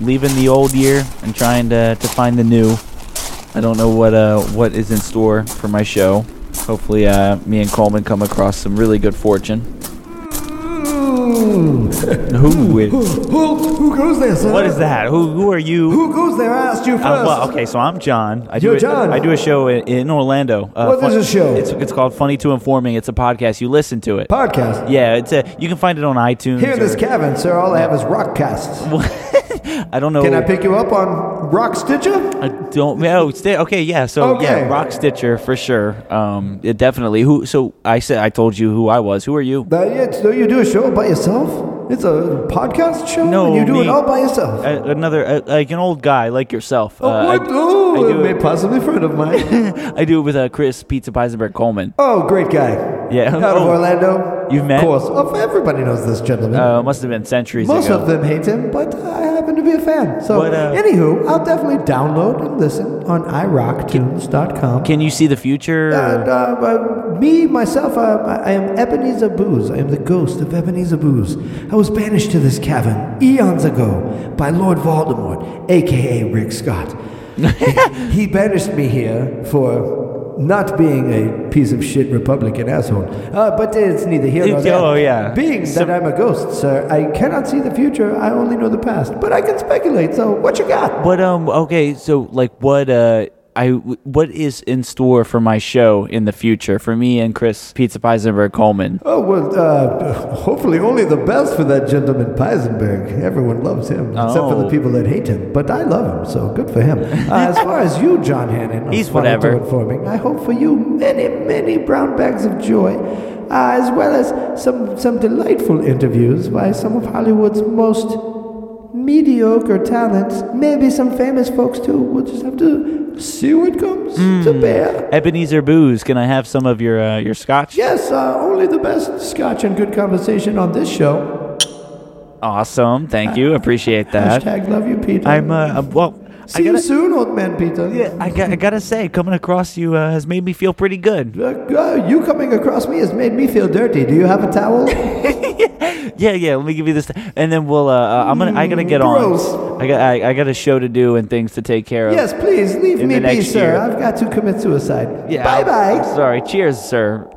leaving the old year and trying to, to find the new. I don't know what uh what is in store for my show. Hopefully, uh, me and Coleman come across some really good fortune. Who is, Who, who goes there, sir? what is that? Who who are you? Who goes there? I asked you first. Uh, well, okay, so I'm John. I do You're a, John. I do a show in, in Orlando. Uh, What is this show? It's it's called Funny to Informing. It's a podcast. You listen to it. Podcast. yeah, it's a, you can find it on iTunes. Here in this or- cabin, sir, all I have is rock casts. I don't know. Can I pick you up on Rock Stitcher? I don't know. Sti- okay, yeah. So Okay. yeah, Rock Stitcher for sure. Um, it definitely. Who? So I said I told you who I was. Who are you? That, yeah, so you do a show by yourself? It's a podcast show? No, and you do me. it all by yourself? A, another uh, like an old guy like yourself. oh, Uh, what? oh, I do a it- possibly friend of mine. I, I do it with uh, Chris Pizza Peisenberg Coleman. oh, great guy. Yeah. Out of Oh. Orlando. You've met- Of course. Of everybody knows this gentleman. Uh, must have been centuries Most ago. of them hate him, but I happen to be a fan. So, But, uh, anywho, I'll definitely download and listen on irocktunes.com. Can you see the future? And, uh, uh, me, myself, uh, I I am Ebenezer Booz. I am the ghost of Ebenezer Booz. I was banished to this cavern eons ago by Lord Voldemort, aka Rick Scott. he banished me here for not being a piece of shit Republican asshole. Uh, but it's neither here nor It's- there. oh, yeah. Being Some- that I'm a ghost, sir, I cannot see the future. I only know the past. But I can speculate, so what you got? But um, okay, so like, what uh, I what is in store for my show in the future for me and Chris Pizza Peisenberg Coleman? Oh, well, uh, hopefully only the best for that gentleman Peisenberg. Everyone loves him, except for Oh. the people that hate him. But I love him, so good for him. Uh, as far as you, John Hannon, He's I'm sorry to whatever. inform you, I hope for you many, many brown bags of joy, uh, as well as some, some delightful interviews by some of Hollywood's most mediocre talents. Maybe some famous folks, too. We'll just have to see what comes Hmm. to bear. Ebenezer Booze, can I have some of your uh, your scotch? Yes, uh, only the best scotch and good conversation on this show. Awesome, thank you, appreciate that. Hashtag love you, Peter. I'm uh, I'm- well. See I you gotta, soon, old man Peter. yeah, I, got, I gotta say, coming across you uh, has made me feel pretty good. Uh, uh, you coming across me has made me feel dirty. Do you have a towel? Yeah, yeah. Let me give you this, and then we'll. Uh, uh, I'm gonna. I gotta get gross. on. I got. I, I got a show to do and things to take care of. yes, please leave In me the be, next sir. year. I've got to commit suicide. Yeah. Bye bye. Sorry. Cheers, sir.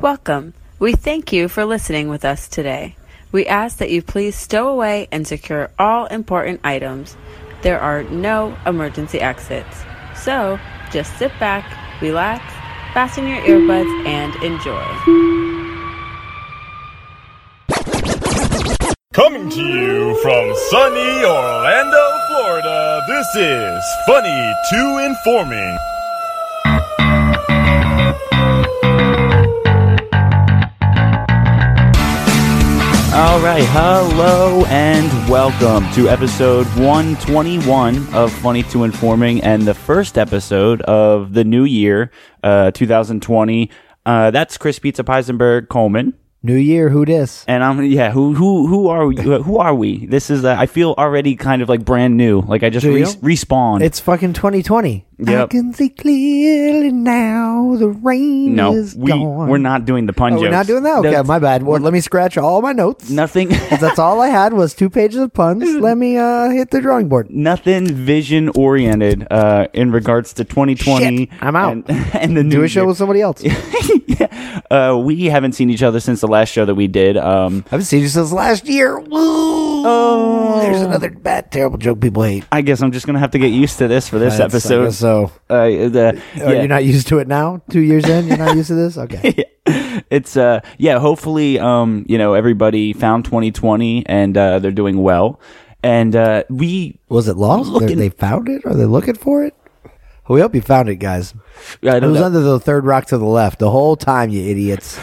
Welcome. We thank you for listening with us today. We ask that you please stow away and secure all important items. There are no emergency exits. So just sit back, relax, fasten your earbuds, and enjoy. Coming to you from sunny Orlando, Florida, this is Funny to Informing. All right, hello and welcome to episode 121 of Funny to Informing and the first episode of the new year, uh, 2020. Uh, that's Chris Pizza Peisenberg Coleman, New year, who dis? and I'm yeah. Who who who are we? Who are we? This is uh, I feel already kind of like brand new. Like I just Do re- you? respawned. It's fucking 2020. I Yep. can see clearly now. The rain no, is we gone. we're not doing the pun Oh, we're jokes. not doing that. Okay, That's- my bad. Well, let me scratch all my notes. nothing. That's all I had was two pages of puns. Let me uh, hit the drawing board. nothing vision oriented uh, in regards to 2020. Shit, I'm out. And, and the new Do a show year. with somebody else. I uh, we haven't seen each other since the last show that we did. Um, haven't seen you since last year. Woo! Oh, there's another bad, terrible joke people hate. I guess I'm just gonna have to get used to this for this That's- I episode. guess so Uh, the, Are yeah. you not used to it now? Two years in, you're not used to this. Okay. it's uh yeah hopefully um you know everybody found 2020 and uh they're doing well and uh we Was it lost? They, they found it? Are they looking for it? We hope you found it, guys. I It don't was know. under the third rock to the left the whole time, you idiots.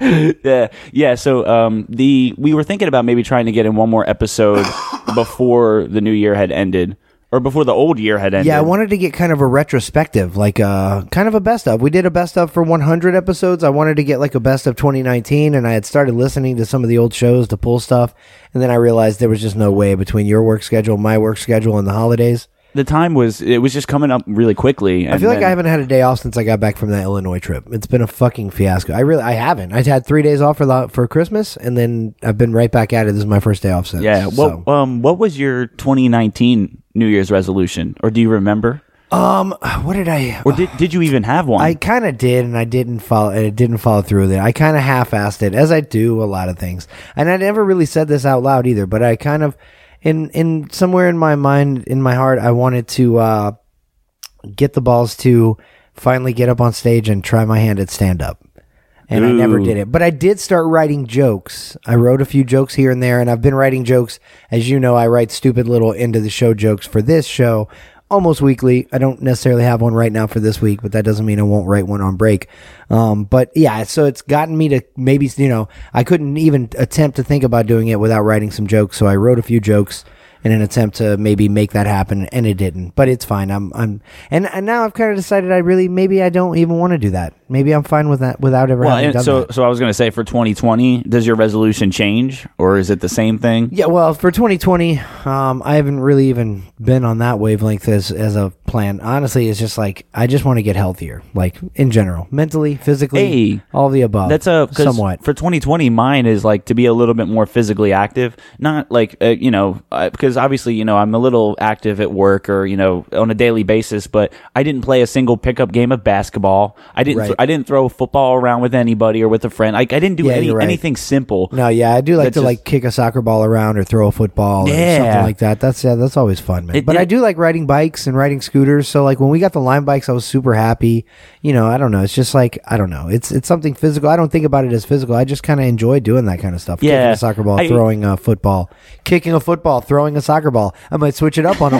Yeah, yeah. So um, the we were thinking about maybe trying to get in one more episode before the new year had ended, or before the old year had ended. Yeah, I wanted to get kind of a retrospective, like a kind of a best of. We did a best of for 100 episodes. I wanted to get like a best of 2019, and I had started listening to some of the old shows to pull stuff, and then I realized there was just no way between your work schedule, my work schedule, and the holidays. the time was it was just coming up really quickly. I feel like I haven't had a day off since I got back from that Illinois trip. It's been a fucking fiasco. I really, I haven't. I had three days off for the, for Christmas, and then I've been right back at it. This is my first day off since. Yeah. So. What um what was your 2019 New Year's resolution, or do you remember, um, what did I? or did did you even have one? I kind of did, and I didn't follow. And it didn't follow through with it. I kind of half-assed it, as I do a lot of things. And I never really said this out loud either, but I kind of, in in somewhere in my mind, in my heart, I wanted to uh, get the balls to finally get up on stage and try my hand at stand-up. And I never Ooh. did it, but I did start writing jokes. I wrote a few jokes here and there, and I've been writing jokes. As you know, I write stupid little into the show jokes for this show almost weekly. I don't necessarily have one right now for this week, but that doesn't mean I won't write one on break. Um, but yeah, so it's gotten me to maybe, you know, I couldn't even attempt to think about doing it without writing some jokes. So I wrote a few jokes in an attempt to maybe make that happen and it didn't but it's fine i'm i'm and, and now i've kind of decided i really maybe i don't even want to do that maybe i'm fine with that without ever well, having and done so that. so I was gonna say for 2020, does your resolution change, or is it the same thing? Yeah, well, for 2020, um, I haven't really even been on that wavelength as as a plan. Honestly, it's just like I just want to get healthier, like in general, mentally, physically, Hey, all the above. That's a 'cause somewhat. for 2020. Mine is like to be a little bit more physically active, not like uh, you know uh, because obviously you know I'm a little active at work or you know on a daily basis, but I didn't play a single pickup game of basketball. I didn't Right. th- I didn't throw a football around with anybody or with a friend. Like I didn't do Yeah, any you're right. anything simple. no, yeah, I do like That's to just- like kick a soccer ball around or throw a football or Yeah. something like that. That's yeah, that's always fun, man. It- but I it- do like riding bikes and riding scooters. So like when we got the line bikes, I was super happy. You know, I don't know. It's just like I don't know. It's it's something physical. I don't think about it as physical. I just kind of enjoy doing that kind of stuff. kicking Yeah. a soccer ball, I- e throwing a football, kicking a football, throwing a soccer ball. I might switch it up on a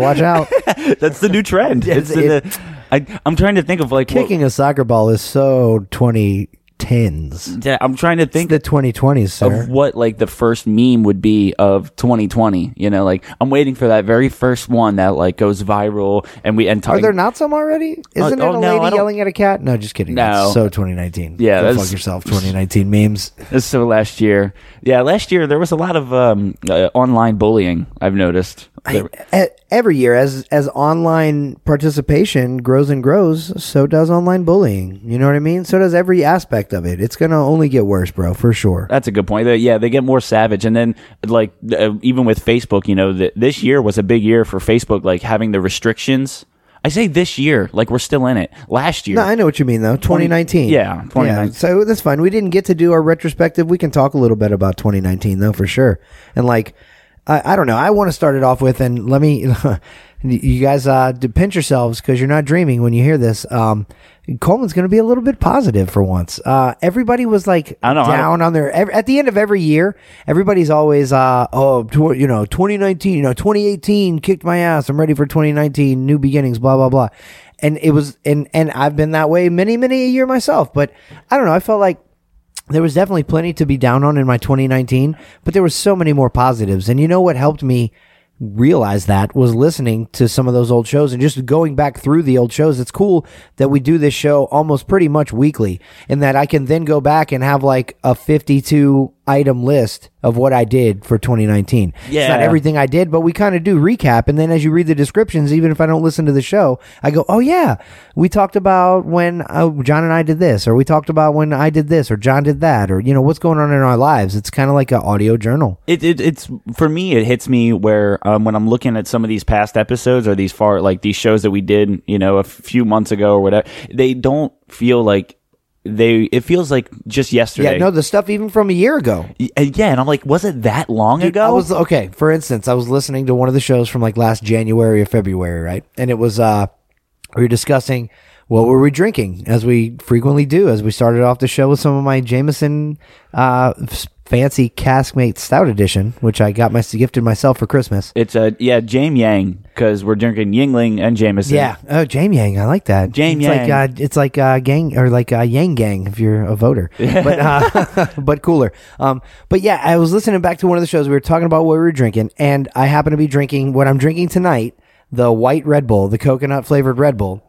Watch out! That's the new trend. it's it- the, the- I, I'm trying to think of like what- Kicking a soccer ball is so twenty tens. yeah, I'm trying to think The twenty twenties, sir. of what like the first meme would be of 2020. You know, like I'm waiting for that very first one that like goes viral and we and Are talk, there not some already? Isn't oh, it a no, I lady don't- yelling at a cat? No, just kidding. No. That's so 2019. Yeah, Go that's- fuck yourself. 2019 memes. so last year. Yeah, last year there was a lot of um, uh, online bullying. I've noticed. There- E- Every year, as as online participation grows and grows, so does online bullying. You know what I mean? So does every aspect of it. It's gonna only get worse, bro, for sure. That's a good point. They- yeah, they get more savage, and then like uh, even with Facebook, you know, th- this year was a big year for Facebook, like having the restrictions. I say this year, like we're still in it. Last year, No, I know what you mean though. 2019. yeah, 2019. so that's fine. We didn't get to do our retrospective. We can talk a little bit about 2019 though for sure. And like I, I don't know. I want to start it off with and let me you guys uh d- pinch yourselves cuz you're not dreaming when you hear this. Um Coleman's going to be a little bit positive for once. Uh everybody was like I know, I- down on their ev at the end of every year, everybody's always uh oh, tw- you know, 2019, you know, 2018 kicked my ass. I'm ready for 2019, new beginnings, blah blah blah. And it was and and I've been that way many many a year myself, but I don't know, I felt like there was definitely plenty to be down on in my 2019, but there were so many more positives. And you know what helped me realize that was listening to some of those old shows and just going back through the old shows. It's cool that we do this show almost pretty much weekly and that I can then go back and have like a 52 item list of what I did for 2019. It's not Yeah. every everything I did, but we kind of do recap. And then as you read the descriptions, even if I don't listen to the show, I go, oh, yeah, we talked about when uh, John and I did this, or we talked about when I did this, or John did that, or, you know, what's going on in our lives. It's kind of like an audio journal. it, it it's for me it hits me where um, when i'm looking at some of these past episodes or these far like these shows that we did you know a few months ago or whatever they don't feel like they it feels like just yesterday Yeah, no, the stuff even from a year ago. Y- and yeah and i'm like was it that long ago I was okay. For instance, I was listening to one of the shows from like last January or February, right? And it was uh we were discussing what were we drinking, as we frequently do, as we started off the show with some of my Jameson uh s- fancy caskmate stout edition, which I got my gifted myself for Christmas. it's a yeah jame yang because we're drinking yingling and jameson Yeah. Oh, Jame Yang. I like that. Jame it's Yang. Like, uh, it's like uh, gang or like uh, Yang Gang if you're a voter, but uh, but cooler. Um, but yeah, I was listening back to one of the shows. We were talking about what we were drinking, and I happen to be drinking what I'm drinking tonight: the white Red Bull, the coconut flavored Red Bull.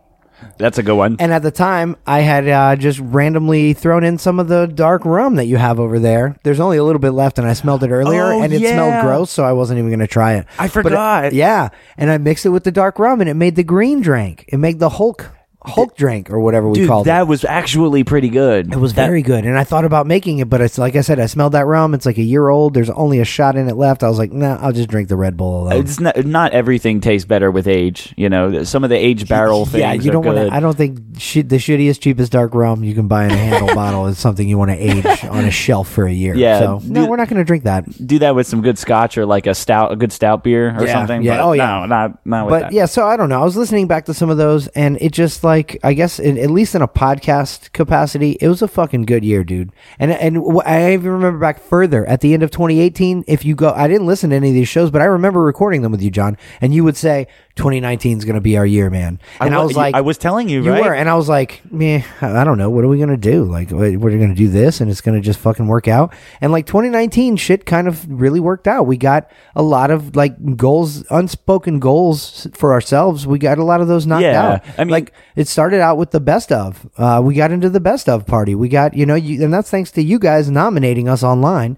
That's a good one. And at the time, I had uh, just randomly thrown in some of the dark rum that you have over there. There's only a little bit left, and I smelled it earlier, Oh, and it yeah. smelled gross, so I wasn't even going to try it. I But it- forgot. yeah, and I mixed it with the dark rum, and it made the green drink. It made the Hulk Hulk drink or whatever we Dude, called that was actually pretty good. it. It was very good, and I thought about making it, but it's like I said, I smelled that rum. It's like a year old. There's only a shot in it left. I was like, nah, I'll just drink the Red Bull alone. It's not, not everything tastes better with age. You know, some of the age barrel things. Yeah, you don't want to. I don't think shi- the shittiest, cheapest dark rum you can buy in a handle bottle is something you want to age on a shelf for a year. Yeah, So no, dude- we're not going to drink that. do that with some good scotch or like a stout, a good stout beer or Yeah, something. yeah. but Oh, yeah. No, not not with But that. yeah, so I don't know. I was listening back to some of those, and it just like I guess in, at least in a podcast capacity, it was a fucking good year, dude. And and wh- I even remember back further at the end of 2018. If you go, I didn't listen to any of these shows, but I remember recording them with you, John, and you would say 2019 is going to be our year, man. And I, wa- was you- like, I was telling you, You right? were, and I was like, meh, I don't know. What are we gonna do? Like, wait, we're gonna do this, and it's gonna just fucking work out. And like 2019, shit kind of really worked out. We got a lot of like goals, unspoken goals for ourselves. We got a lot of those knocked Yeah, out. I mean- like it started out with the best of. Uh, we got into the best of party. We got you know, you, and that's thanks to you guys nominating us online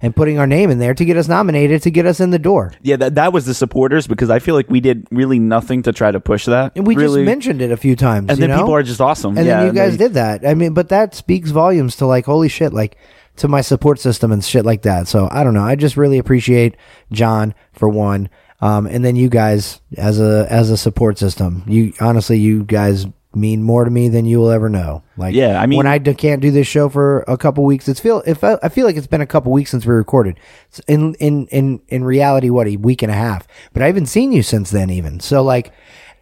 and putting our name in there to get us nominated to get us in the door. yeah, that, that was the supporters because I feel like we did really nothing to try to push that. And we really. just mentioned it a few times. And you then know? people are just awesome. And yeah, then you guys they- did that. I mean, but that speaks volumes to like, holy shit, like to my support system and shit like that. So I don't know. I just really appreciate John for one. Um, and then you guys as a as a support system. You honestly, you guys mean more to me than you will ever know. Like, Yeah, I mean- when I d- can't do this show for a couple weeks, it's feel if I, I feel like it's been a couple weeks since we recorded. It's in in in in reality, what a week and a half. But I haven't seen you since then, even. So like,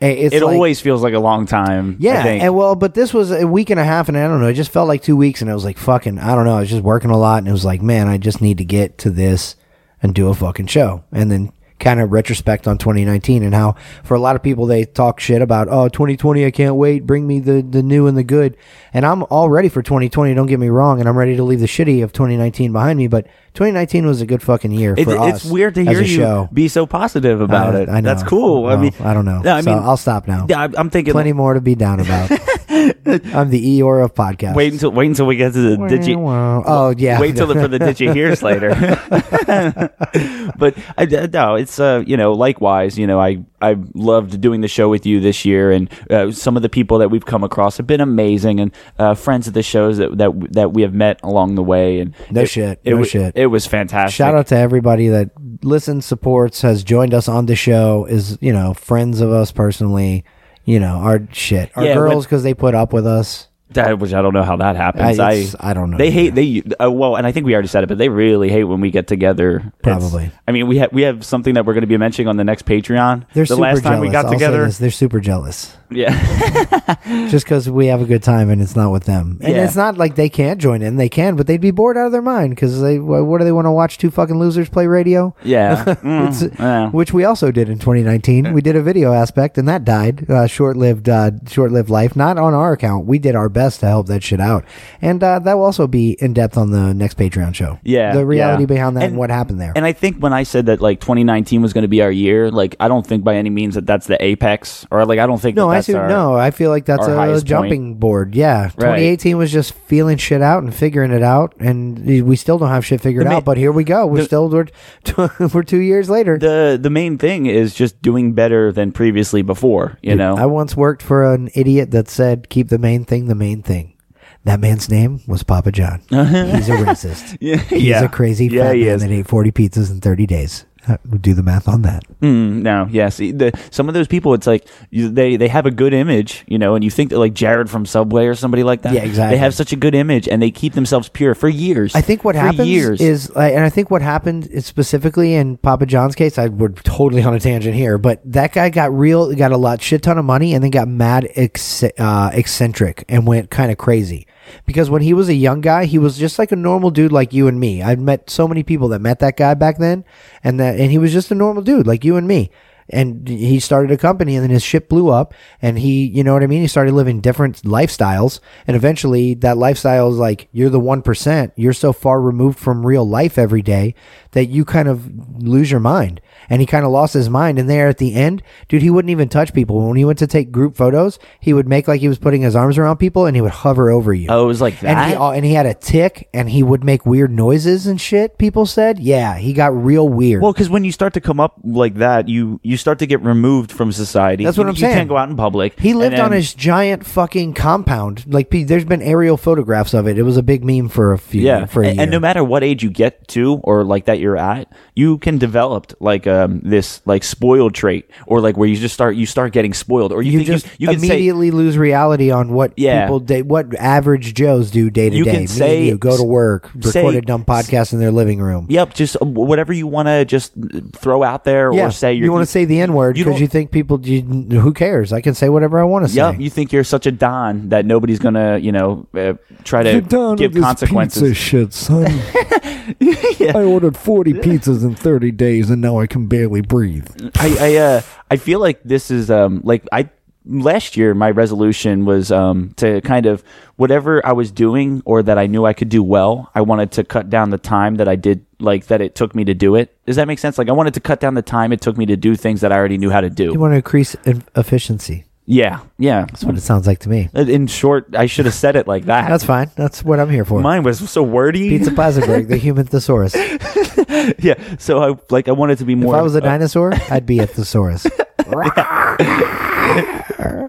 eh, it's It like- always feels like a long time. I yeah, think. and well, but this was a week and a half, and I don't know. It just felt like two weeks, and I was like, fucking, I don't know. I was just working a lot, and it was like, man, I just need to get to this and do a fucking show, and then kind of retrospect on 2019 and how for a lot of people they talk shit about oh 2020 I can't wait bring me the the new and the good and I'm all ready for 2020 don't get me wrong and I'm ready to leave the shitty of 2019 behind me but 2019 was a good fucking year It- for us it's weird to as hear a you show. be so positive about I- it. I know. That's cool. I Well, mean, I don't know. No, I So mean, I'll stop now. Yeah, I- I'm thinking. plenty more to be down about. I'm the Eeyore of podcasts. Wait until wait until we get to the did you Oh yeah. Wait till the, for the did you hears later. but I, I- no, it's uh, you know, likewise, you know, I I loved doing the show with you this year, and uh, some of the people that we've come across have been amazing, and uh, friends of the shows that that that we have met along the way, and No it- shit, it no wa- shit. it was fantastic. Shout out to everybody that listens, supports, has joined us on the show. Is you know friends of us personally. You know our shit. Our Yeah, girls but- because they put up with us. That, which I don't know how that happens. I- I, it's- I don't know They hate they uh, well, and I think we already said it, but they really hate when we get together. It's- Probably. I mean, we have we have something that we're going to be mentioning on the next Patreon. They're the super last time jealous. we got I'll say together. this, they're super jealous Yeah, just because we have a good time and it's not with them. And Yeah. it's not like they can't join in. They can, but they'd be bored out of their mind because they wh- what do they want to watch two fucking losers play radio? yeah. Mm, It's- yeah. which we also did in 2019. We did a video aspect, and that died uh, short-lived, uh, short-lived life. Not on our account. We did our best to help that shit out, and uh, that will also be in depth on the next Patreon show. Yeah, the reality yeah. behind that and, And- what happened there. And I think when I said that like 2019 was going to be our year, like I don't think by any means that that's the apex, or like I don't think no, that I that's see. our- no, I feel like that's our a highest jumping board. Yeah, 2018 was just feeling shit out and figuring it out, and we still don't have shit figured The ma- out. But here we go. We're the- still we're, we're two years later. The the main thing is just doing better than previously before. You know, I once worked for an idiot that said, "Keep the main thing the main thing." That man's name was Papa John. He's a racist. yeah, He's a crazy yeah, fat he man is. that ate forty pizzas in thirty days. Uh, Do the math on that. Mm, no, yeah. See, the, some of those people, it's like you, they they have a good image, you know, and you think that like Jared from Subway or somebody like that. Yeah, exactly. They have such a good image, and they keep themselves pure for years. I think what for happens years. is, like, and I think what happened is specifically in Papa John's case. I we're totally on a tangent here, but that guy got real, got a lot shit ton of money, and then got mad ex- uh, eccentric and went kind of crazy. Because when he was a young guy, he was just like a normal dude like you and me. I've met so many people that met that guy back then, and that and he was just a normal dude like you and me and he started a company and then his ship blew up and he you know what i mean he started living different lifestyles and eventually that lifestyle is like you're the 1% you're so far removed from real life every day that you kind of lose your mind. And he kind of lost his mind. And there at the end, dude, he wouldn't even touch people. When he went to take group photos, he would make like he was putting his arms around people and he would hover over you. Oh, it was like that. And he, al- and he had a tick and he would make weird noises and shit, people said. Yeah, he got real weird. Well, because when you start to come up like that, you you start to get removed from society. That's what You- I'm You saying. can't go out in public. He And lived on then- his giant fucking compound. Like, pe- there's been aerial photographs of it. It was a big meme for a few. yeah. for a and, and no year. matter what age you get to, or like that you're at, you can develop like um this like spoiled trait, or like where you just start you start getting spoiled, or you, you think just you, you can say immediately lose reality on what Yeah. people day, what average Joes do day to You day. can Me and say- you go to work, say- record a dumb podcast in their living room. Yep, just uh, whatever you want to just throw out there Yeah, or say. You're, you want to say the n word you because don't- you, think people. You, who cares? I can say whatever I want to say. Yep, you think you're such a don that nobody's gonna, you know, uh, try to give Pizza consequences. shit, son. I ordered forty pizzas in thirty days, and now I can barely breathe. I, I, uh, I feel like this is um, like I last year my resolution was um, to kind of whatever I was doing or that I knew I could do well, I wanted to cut down the time that I did like that it took me to do it. Does that make sense? Like I wanted to cut down the time it took me to do things that I already knew how to You do. want to increase e- efficiency. Yeah, yeah. Uh, That's what it sounds like to me. In short, I should have said it like that. That's fine. That's what I'm here for. Mine was so wordy. Pizza Plazenberg, the human thesaurus. Yeah. So I like I wanted to be If more. I was a uh, dinosaur, I'd be a thesaurus. uh,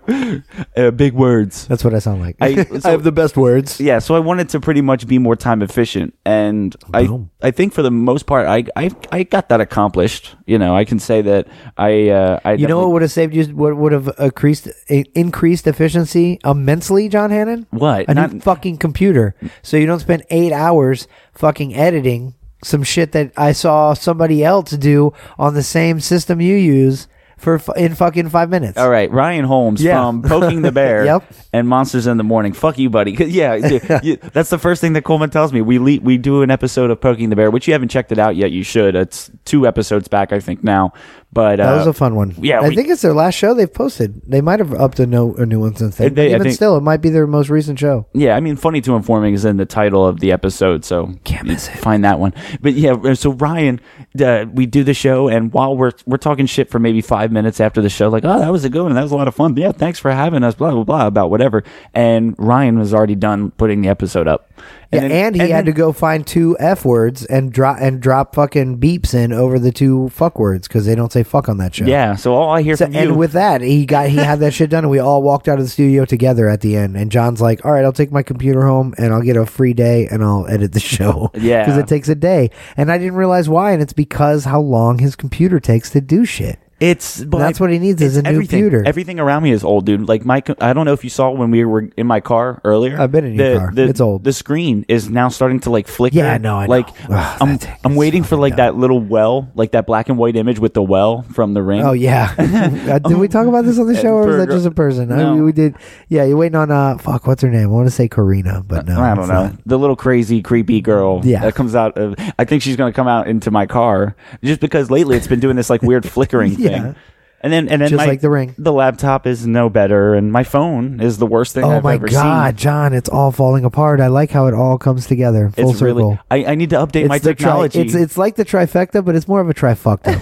big words. That's what I sound like. I, so- the best words. yeah. So I wanted to pretty much be more time efficient, and Boom. I I think for the most part I I I got that accomplished. You know, I can say that I uh, I You know definitely- what would have saved you? What would have increased i- increased efficiency immensely, John Hannon? What? A new Not- fucking computer, so you don't spend eight hours fucking editing some shit that I saw somebody else do on the same system you use for f- in fucking five minutes. All right, Ryan Holmes Yeah. from Poking the Bear Yep. and Monsters in the Morning. Fuck you, buddy. 'Cause, Yeah, yeah, you- that's the first thing that Coleman tells me. We le- we do an episode of Poking the Bear, which you haven't checked it out yet. You should. It's two episodes back, I think now. But That uh, was a fun one. yeah, I we- think it's their last show they've posted. They might have upped a, no, a new one since then. They- I Even think- still, it might be their most recent show. Yeah, I mean, funny to informing is in the title of the episode, so can't miss it. Find that one. But yeah, so Ryan, uh, we do the show, and while we're we're talking shit for maybe five minutes after the show, like, oh, that was a good one, that was a lot of fun. Yeah, thanks for having us. Blah blah blah about whatever. And Ryan was already done putting the episode up. Yeah, and, then- he had then- to go find two f words and drop and drop fucking beeps in over the two fuck words because they don't say fuck on that show. Yeah, so all I hear So, from you, and with that, he got he had that shit done, and we all walked out of the studio together at the end. And John's like, "All right, I'll take my computer home, and I'll get a free day, and I'll edit the show. Yeah. because it takes a day, and I didn't realize why, and it's because how long his computer takes to do shit. It's but That's what he needs is it's a new everything. pewter. Everything around me is old, dude. Like my, co- I don't know if you saw when we were in my car earlier. I've been in your the- car. the- It's old. The screen is now starting to like flicker. Yeah, no, I know. like Ugh, I'm, that thing I'm is waiting for like that little well, like that black and white image with the well from the ring. Oh yeah, Uh, did we talk about this on the show, or was For a that girl- just a person? I No. mean, we did. Yeah, you're waiting on uh, fuck, what's her name? I want to say Karina, but no, I don't it's know. not. The little crazy, creepy girl Yeah. that comes out of. I think she's going to come out into my car just because lately it's been doing this like weird flickering Yeah. thing. And then, and then, Just my- like the ring. the laptop is no better, and my phone is the worst thing. Oh I've my ever god, seen. John, it's all falling apart. I like how it all comes together, full it's circle. really. I, I need to update it's my the tri- technology. it's it's like the trifecta, but it's more of a trifecta.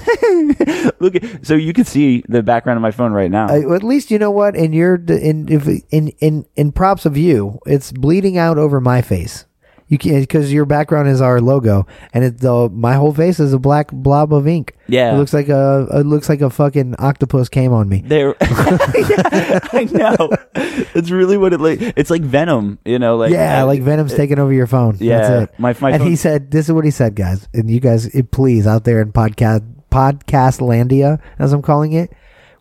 Look, at- so you can see the background of my phone right now. I, at least you know what. In your in if in in in props of you, it's bleeding out over my face. You can't because your background is our logo, and it the my whole face is a black blob of ink. Yeah. it looks like a it looks like a fucking octopus came on me. there, Yeah, I know. It's really what it like. It's like Venom, you know, like yeah, uh, like Venom's taking over your phone. yeah, That's it. my- my and he phone- said, "This is what he said, guys, and you guys, eh, please, out there in podcast podcastlandia, as I'm calling it,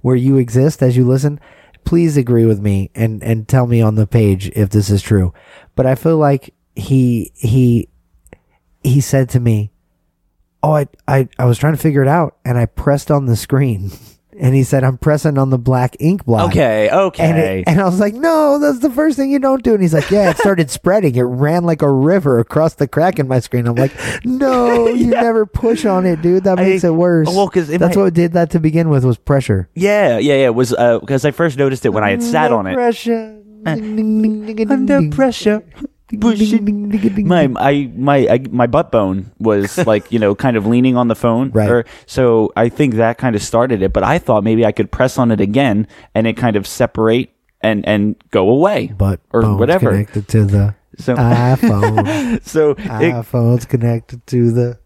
where you exist as you listen, please agree with me and and tell me on the page if this is true." But I feel like he he he said to me, "Oh, I I, I was trying to figure it out, and I pressed on the screen." And he said, "I'm pressing on the black ink block." Okay, okay. And, it, and I was like, no, that's the first thing you don't do. And he's like, yeah, it started spreading. It ran like a river across the crack in my screen. I'm like, no, you never push on it, dude. That I- makes it worse. well, 'cause it that's might- what did that to begin with was pressure. Yeah, yeah, yeah. It was uh, because I first noticed it when I had sat on it. Pressure. Under pressure. my I my I, my butt bone was like you know kind of leaning on the phone. Right. so I think that kind of started it. But I thought maybe I could press on it again and it kind of separate and and go away. But or phone's whatever. connected to the So- iPhone. So Ah. it iPhone's connected to the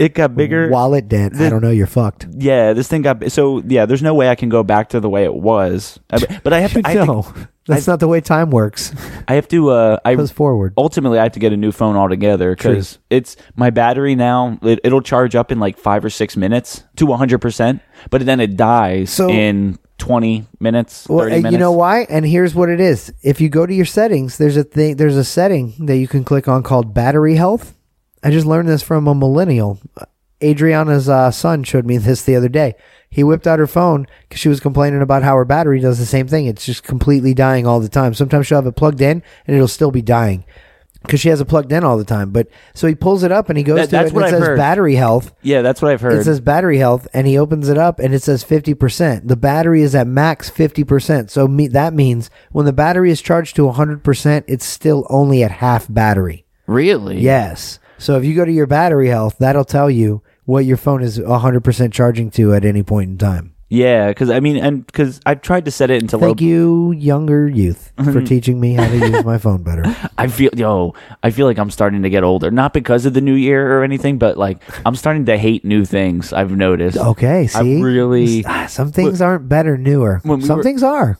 it got bigger. wallet dent. I don't know. You're fucked. yeah, this thing got so yeah. There's no way I can go back to the way it was. I- But I have to. I have to- no, that's not the way time works. I have to. Uh, I Goes forward. ultimately I have to get a new phone altogether because it's my battery now. It, it'll charge up in like five or six minutes to 100, percent but then it dies So- in 20 minutes. Well, 30 and minutes. you know why? And here's what it is. If you go to your settings, there's a thing. There's a setting that you can click on called battery health. I just learned this from a millennial. Adriana's uh, son showed me this the other day. He whipped out her phone because she was complaining about how her battery does the same thing. It's just completely dying all the time. Sometimes she'll have it plugged in and it'll still be dying because she has it plugged in all the time. But so he pulls it up and he That- goes to it that's and what it I've says heard. battery health. Yeah, that's what I've heard. It says battery health, and he opens it up, and it says fifty percent. The battery is at max fifty percent, so me, that means when the battery is charged to hundred percent, it's still only at half battery. really? Yes. So if you go to your battery health, that'll tell you what your phone is hundred percent charging to at any point in time. Yeah, because I mean, and because I've tried to set it into Thank low. you, younger youth, Mm-hmm. for teaching me how to use my phone better. I feel yo, I feel like I'm starting to get older. Not because of the new year or anything, but like I'm starting to hate new things. I've noticed. Okay, Oh, see, I really. Ah, some things aren't better newer. When we some were- things are.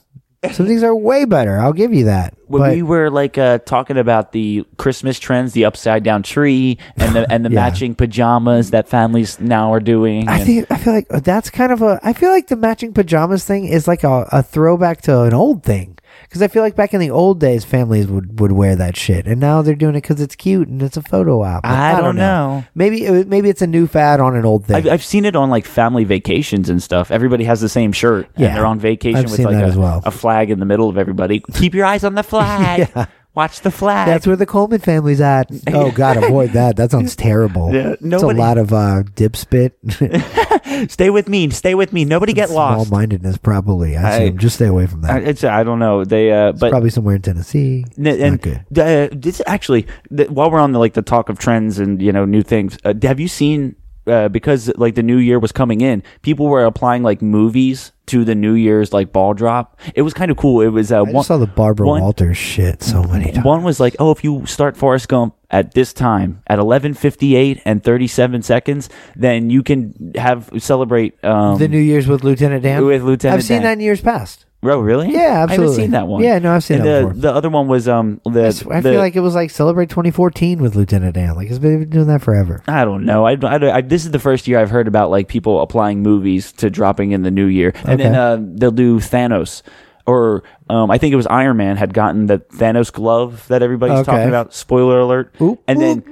Some things are way better. I'll give you that. when but we were like uh, talking about the Christmas trends, the upside down tree and the and the Yeah. matching pajamas that families now are doing. I and- think I feel like uh, that's kind of a. I feel like the matching pajamas thing is like a, a throwback to an old thing because I feel like back in the old days, families would, would wear that shit, and now they're doing it because it's cute and it's a photo op. I don't know. Maybe it, maybe it's a new fad on an old thing. I've, I've seen it on like family vacations and stuff. Everybody has the same shirt. Yeah. and they're on vacation I've with seen like that a, as well. a flag in the middle of everybody. Keep your eyes on the flag. Watch the flag. that's where the Coleman family's at. Oh God, avoid that. That sounds terrible. Yeah, it's a nobody- lot of uh, dipspit, Stay with me. Stay with me. Nobody get small lost. mindedness. Probably, I, I- assume. Just stay away from that. I, it's, I don't know. They uh, but probably somewhere in Tennessee. N- It's and not good. uh, this actually, th- while we're on the like the talk of trends and you know new things, uh, have you seen uh, because like the new year was coming in, people were applying like movies to the new year's like ball drop. It was kind of cool. It was uh, I one, just saw the Barbara one- Walters shit so many times. one was like, oh, if you start Forrest Gump at this time at eleven fifty eight and thirty seven seconds, then you can have celebrate um, The New Year's with Lieutenant Dan. With Lieutenant I've seen Dan. that in years past. Oh, really? Yeah, I haven't absolutely. seen that one. Yeah, no, I've seen and that the, before. The other one was um the. I, swear- I the- feel like it was like celebrate 2014 with Lieutenant Dan. Like it's been doing that forever. I don't know. I, I- I- this is the first year I've heard about like people applying movies to dropping in the new year, and then Okay. uh, they'll do Thanos or um, I think it was Iron Man had gotten the Thanos glove that everybody's Okay. talking about. Spoiler alert! Oop. and then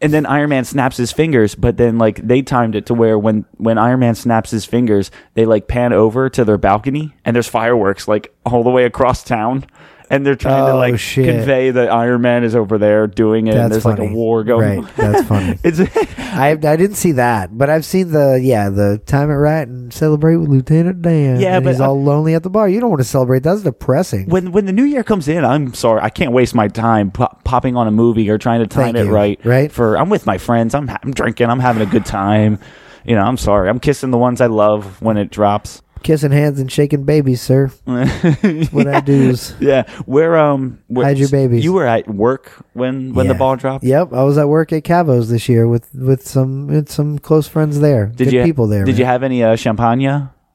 and then Iron Man snaps his fingers, but then like they timed it to where when when Iron Man snaps his fingers, they like pan over to their balcony and there's fireworks like all the way across town. And they're trying to Oh, like shit. convey that Iron Man is over there doing it, and That's there's funny. like a war going. Right, that's funny. It's I I didn't see that, but I've seen the yeah the time it right and celebrate with Lieutenant Dan. Yeah, and but he's I- all lonely at the bar. You don't want to celebrate. That's depressing. when when the new year comes in, I'm sorry, I can't waste my time pop, popping on a movie or trying to time Thank it you. right. Right. For I'm with my friends, I'm ha- I'm drinking, I'm having a good time. You know, I'm sorry, I'm kissing the ones I love when it drops. Kissing hands and shaking babies, sir. That's what I do's. Yeah, where um, where, Hide your babies. You were at work when when the Yeah. ball dropped. Yep, I was at work at Cavo's this year with with some with some close friends there. Did Good you people there? Did man. you have any uh, champagne?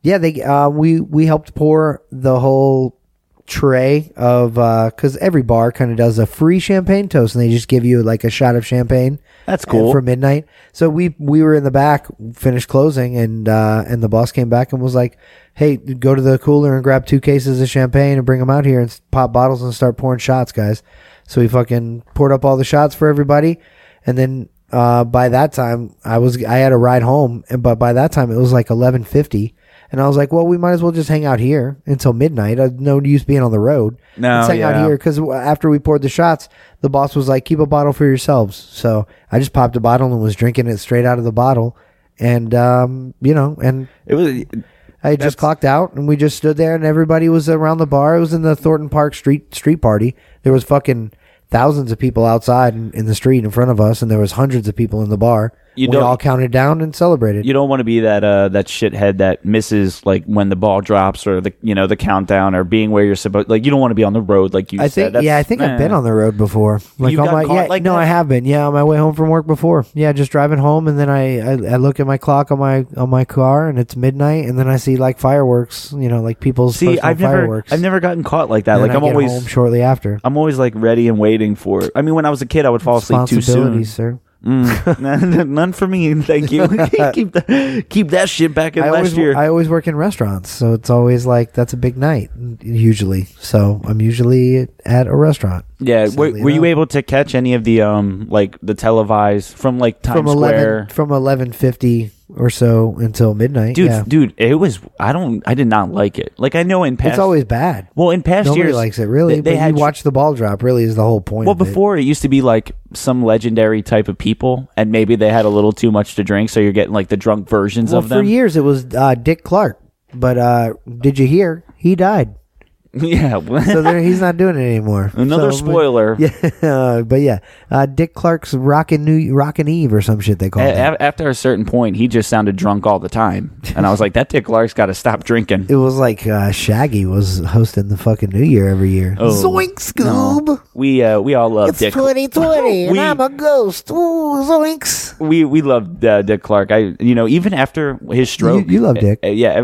Yeah, they uh, we we helped pour the whole tray of because every bar kind of does a free champagne toast, and they just give you like a shot of champagne. That's cool. uh, for midnight. So we we were in the back, finished closing, and uh, and the boss came back and was like, "Hey, go to the cooler and grab two cases of champagne and bring them out here and s- pop bottles and start pouring shots, guys." So we fucking poured up all the shots for everybody, and then uh, by that time I was I had a ride home, and but by that time it was like eleven fifty. And I was like, well, we might as well just hang out here until midnight. Uh, No use being on the road. No, Let's hang yeah. out here because after we poured the shots, the boss was like, "Keep a bottle for yourselves." So I just popped a bottle and was drinking it straight out of the bottle, and um, you know, and It was I just clocked out, and we just stood there, and everybody was around the bar. It was in the Thornton Park street street party. There was fucking thousands of people outside in, in the street in front of us, and there was hundreds of people in the bar. You we don't- all counted down and celebrated. you don't want to be that uh, that shithead that misses like when the ball drops or the you know the countdown or being where you're supposed like you don't want to be on the road like you I said. eh. think yeah, I think I've been on the road before. Like You've on got my caught yeah, like no, that? I have been. Yeah, on my way home from work before. Yeah, just driving home, and then I, I I look at my clock on my on my car, and it's midnight, and then I see like fireworks. You know, like people's See, personal I've never fireworks. I've never gotten caught like that. And like then I'm I get always home shortly after. I'm always like ready and waiting for it. I mean, when I was a kid, I would fall asleep too soon. Responsibilities, sir. Mm. None- None for me, thank you. keep that keep that shit back in I last always, year. I always work in restaurants, so it's always like that's a big night usually. So I'm usually at a restaurant. yeah, were, Sadly were you enough. able to catch any of the um like the televised from like Times from Square? eleven from eleven fifty or so until midnight? dude, yeah. dude, it was. I don't. I did not like it. Like I know in past, it's always bad. Well, in past Nobody years, likes it really. They, they but had you watch the ball drop. Really, is the whole point. Well, of it. before it used to be like some legendary type of people, and maybe they had a little too much to drink, so you're getting like the drunk versions well, of them. for years it was uh, Dick Clark. But uh, did you hear he died? yeah, well, So there, he's not doing it anymore. another So, but- spoiler. yeah, but yeah, uh, Dick Clark's Rockin' New Rockin' Eve or some shit they A- call it. a- after a certain point, he just sounded drunk all the time, and I was like, "That Dick Clark's got to stop drinking." It was like uh, Shaggy was hosting the fucking New Year every year. Oh, no. We uh, we all love Dick. 2020, and We- I'm a ghost. Ooh, zoinks! we we love uh, Dick Clark. I you know even after his stroke, you love Dick. Uh, yeah,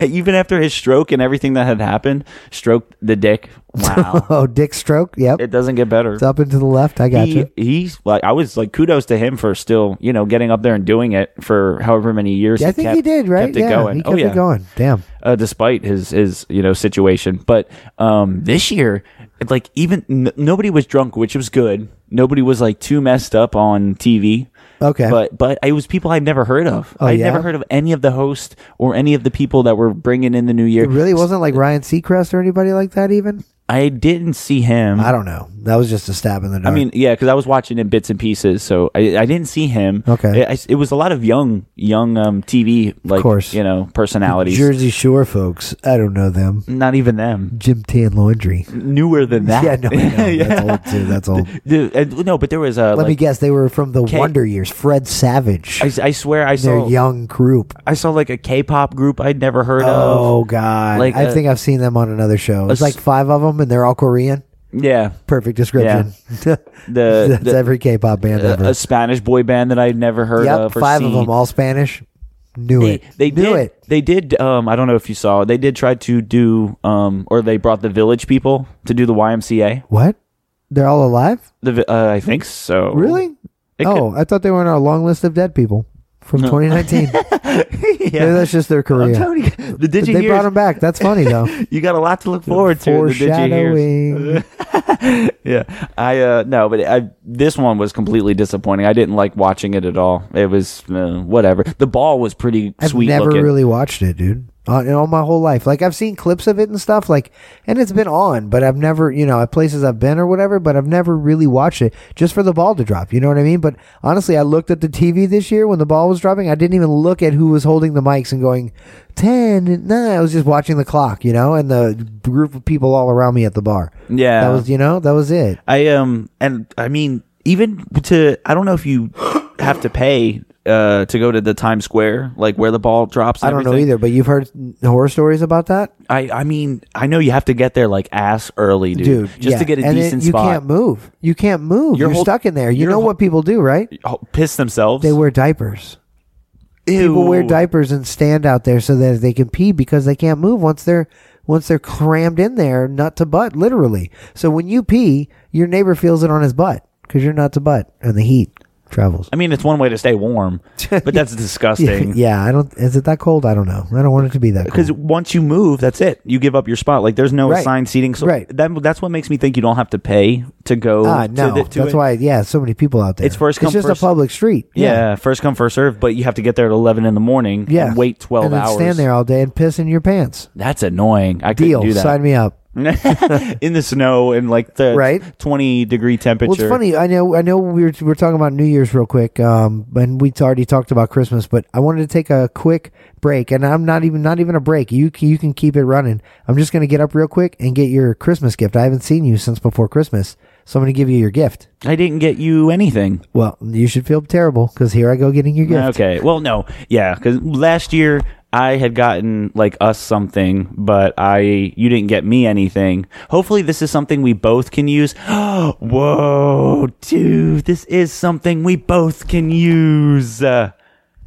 even after his stroke and everything that had happened, stroke the dick. Wow, Oh, Dick Stroke. Yep, it doesn't get better. it's up and to the left. I got He, you. he's like I was like kudos to him for still you know getting up there and doing it for however many years. I think he kept- did right. Kept it yeah, going. he kept oh yeah, it going. Damn. uh, despite his his you know situation. But um, this year, it, like even n- nobody was drunk, which was good. Nobody was like too messed up on TV. Okay. But but it was people I'd never heard of. Oh, I'd yeah? never heard of any of the hosts or any of the people that were bringing in the new year. It really wasn't like Ryan Seacrest or anybody like that. Even I didn't see him. I don't know. That was just a stab in the I dark. mean, yeah, because I was watching in bits and pieces, so I, I didn't see him. Okay. I- I s- it was a lot of young, young um, TV, like course. you know, personalities. Jersey Shore folks. I don't know them. Not even them. Jim Tan Laundry. Newer than Mm. that. Yeah, no, I know. Yeah. that's old too. That's old. Dude, and, no, but there was a. Let me guess. They were from the K- Wonder Years. Fred Savage. I, I swear I their saw young group. I saw like a K-pop group I'd never heard of. Oh God! Like, I uh, think I've seen them on another show. It's a like s- five of them, and they're all Korean. Yeah, Perfect description. the, uh, That's the- every K-pop band a, ever. a Spanish boy band that I'd never heard yep, of. Or five seen. of them, all Spanish. Knew They, it. they knew did. it. They did. Um, I don't know if you saw. They did try to do. Um, or they brought the Village People to do the YMCA. What? They're all alive? The vi- uh, I think so. Really? It Oh, I thought they were on our long list of dead people from 2019. could- Maybe that's just their I'm career. telling you, the But digi they brought years, them back. That's funny though. you got a lot to look forward to. in The digi years. Foreshadowing. Yeah, I uh no, but I this one was completely disappointing. I didn't like watching it at all. It was uh, whatever. The ball was pretty I've sweet never looking. really watched it, dude. On, all my whole life, like I've seen clips of it and stuff, like, and it's been on, but I've never, you know, at places I've been or whatever, but I've never really watched it just for the ball to drop. You know what I mean? But honestly, I looked at the TV this year when the ball was dropping. I didn't even look at who was holding the mics and going ten. and Nah, I was just watching the clock, you know, and the group of people all around me at the bar. Yeah. that was, you know, that was it. I um and I mean even to I don't know if you have to pay uh to go to the Times Square like where the ball drops. I and don't know everything. either, but you've heard horror stories about that, I I mean I know you have to get there like ass early, dude, dude. just yeah. to get a And it- decent you spot. can't move. You can't move. Your You're whole- stuck in there. You your know whole- what people do, right? Oh, Piss themselves. They wear diapers. Ew. People wear diapers and stand out there so that they can pee because they can't move once they're once they're crammed in there, nut to butt, literally. So when you pee, your neighbor feels it on his butt because you're nut to butt, and the heat travels. I mean, it's one way to stay warm, but that's disgusting. yeah, I don't. Is it that cold? I don't know. I don't want it to be that cold. because once you move, that's it. You give up your spot. Like there's no Right. assigned seating. So Right. that, that's what makes me think you don't have to pay to go. Ah, to no, the- to that's it. why. Yeah, so many people out there. It's first come, It's just first- a public street. Yeah. first come first serve. But you have to get there at eleven in the morning. yeah. and wait twelve and then hours. Stand there all day and piss in your pants. That's annoying. I Deal. couldn't do that. Sign me up. in the snow and like the Right. twenty degree temperature. Well, it's funny. I know. I know. We were, we are talking about New Year's real quick, um, and we already talked about Christmas. But I wanted to take a quick break, and I'm not even not even a break. You c- you can keep it running. I'm just gonna get up real quick and get your Christmas gift. I haven't seen you since before Christmas, So I'm going to give you your gift. I didn't get you anything. Well, you should feel terrible because here I go getting your gift. Okay. Well, no. Yeah, because last year I had gotten like us something, but I you didn't get me anything. Hopefully, this is something we both can use. Whoa, dude! This is something we both can use. Uh,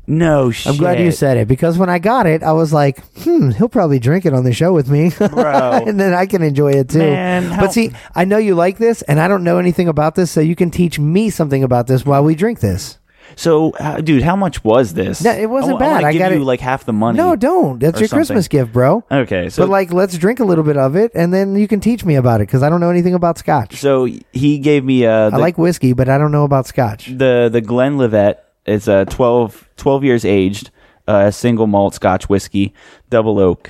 no shit. I'm glad you said it because when I got it, I was like, hmm, he'll probably drink it on the show with me. Bro. and then I can enjoy it too. Man, how- but see, I know you like this and I don't know anything about this, so you can teach me something about this while we drink this. So, uh, dude, how much was this? No, it I wasn't wa- I bad. wanna I give got you it- like half the money. No, don't. That's or your something. Christmas gift, bro. Okay, so- but like, let's drink a little bit of it and then you can teach me about it because I don't know anything about scotch. So he gave me uh, the, I like whiskey, but I don't know about scotch. the the Glenlivet. It's a uh, 12, 12 years aged, uh, single malt Scotch whiskey, double oak.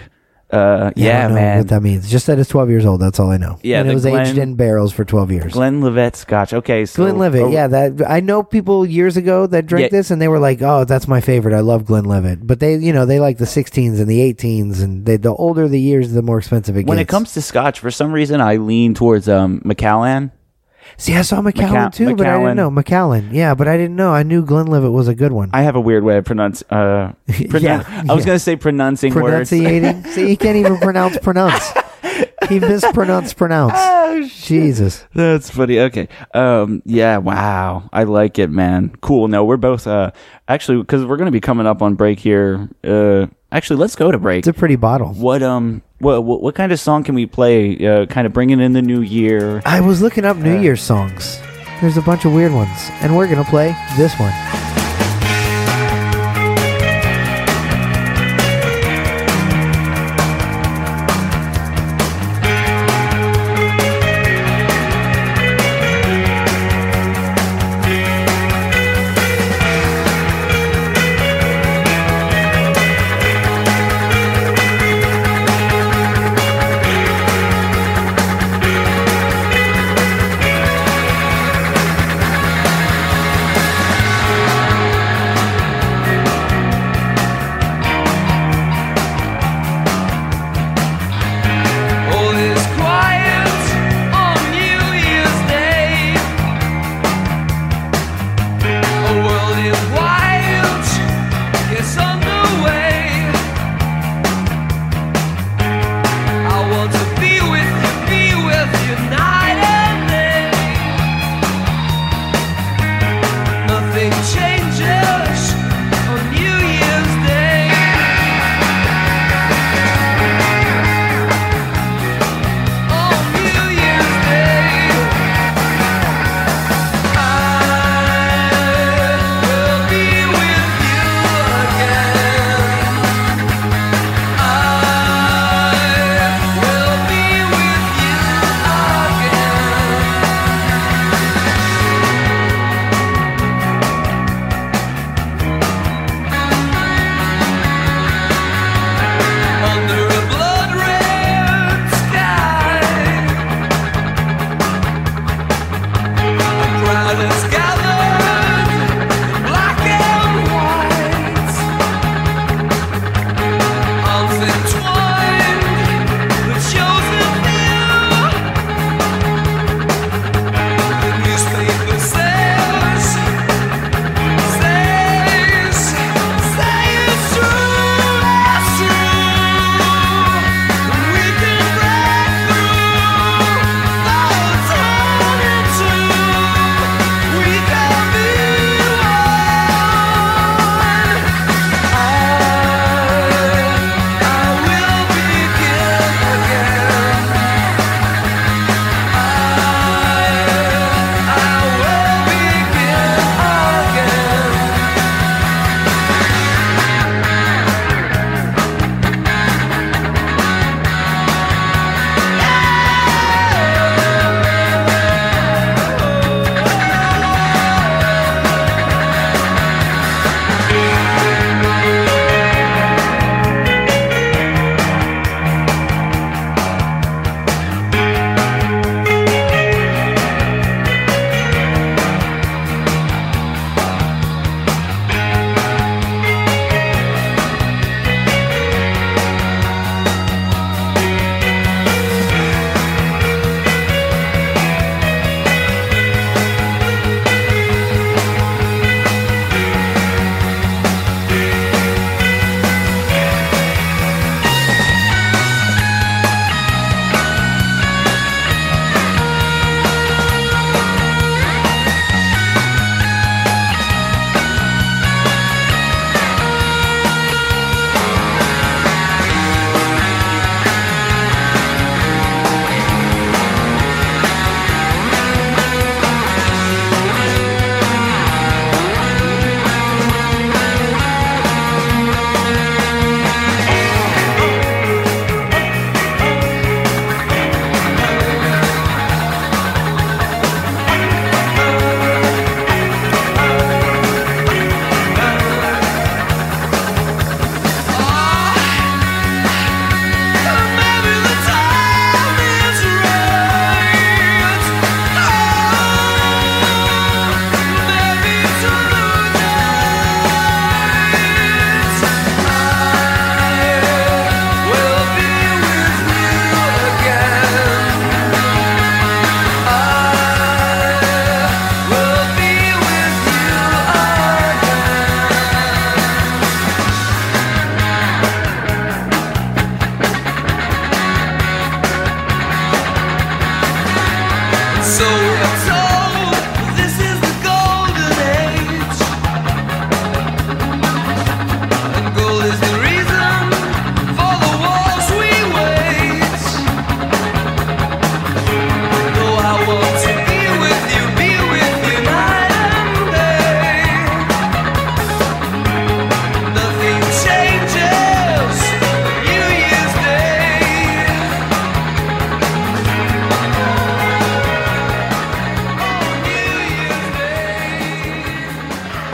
Uh, I yeah, don't know man. What that means? Just that it's 12 years old. That's all I know. Yeah, and the it was aged Glen- in barrels for 12 years. Glenlivet Scotch. Okay, so Glenlivet, oh, yeah, that I know people years ago that drank Yeah. this and they were like, "Oh, that's my favorite. I love Glenlivet." But they, you know, they like the 16s and the 18s, and they, the older the years, the more expensive it When it gets. comes to Scotch, for some reason, I lean towards um, Macallan. see, I saw McAllen Maca- too, but I Macallan. didn't know McAllen. Yeah, but I didn't know. I knew Glenlivet was a good one. I have a weird way of pronounce. Uh, pronoun- I was yeah. gonna say pronouncing words. Pronunciating. see, he can't even pronounce pronounce. He mispronounced pronounce. Oh, Jesus. That's funny. Okay. Um. Yeah. Wow. I like it, man. Cool. No, we're both. Uh. Actually, because we're gonna be coming up on break here. Uh. Actually, let's go to break. It's a pretty bottle. What um. What what, what kind of song can we play? Uh, kind of bringing in the new year. I was looking up Uh. New Year's songs. There's a bunch of weird ones, and we're gonna play this one. I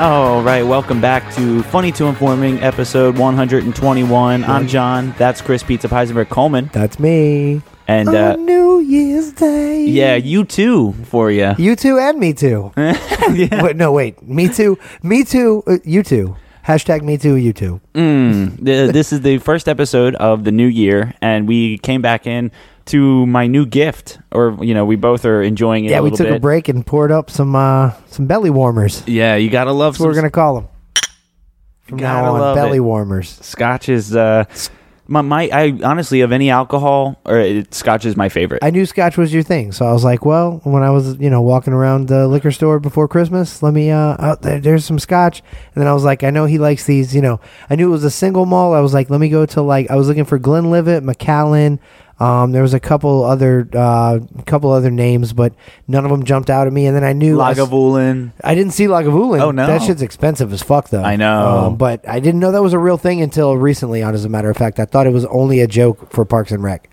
All Oh, right, welcome back to Funny to Informing, episode 121. I'm John. That's Chris Pizza Heisenberg Coleman, That's Oh, me. and On uh, New Year's Day. yeah, you too for you. You too and me too. Wait, no, wait. Me too. Me too. Uh, you too. Hashtag me too. You too. Th- this is the first episode of the new year, and we came back in to my new gift, or you know, we both are enjoying it. Yeah, a we little took a bit. break and poured up some uh, some belly warmers. Yeah, you gotta love. That's what we're some gonna call them. From Gotta now on, love belly it. warmers. Scotch is uh, my my. I honestly of any alcohol, or it, Scotch is my favorite. I knew Scotch was your thing, so I was like, well, when I was you know walking around the liquor store before Christmas, let me uh, out there, there's some Scotch, and then I was like, I know he likes these, you know, I knew it was a single malt. I was like, let me go to like I was looking for Glenlivet, Macallan. Um, there was a couple other uh, couple other names, but none of them jumped out at me. And then I knew I s- Lagavulin. I didn't see Lagavulin. Oh, no. that shit's expensive as fuck, though. Um, I know. but I didn't know that was a real thing until recently. On as a matter of fact, I thought it was only a joke for Parks and Rec.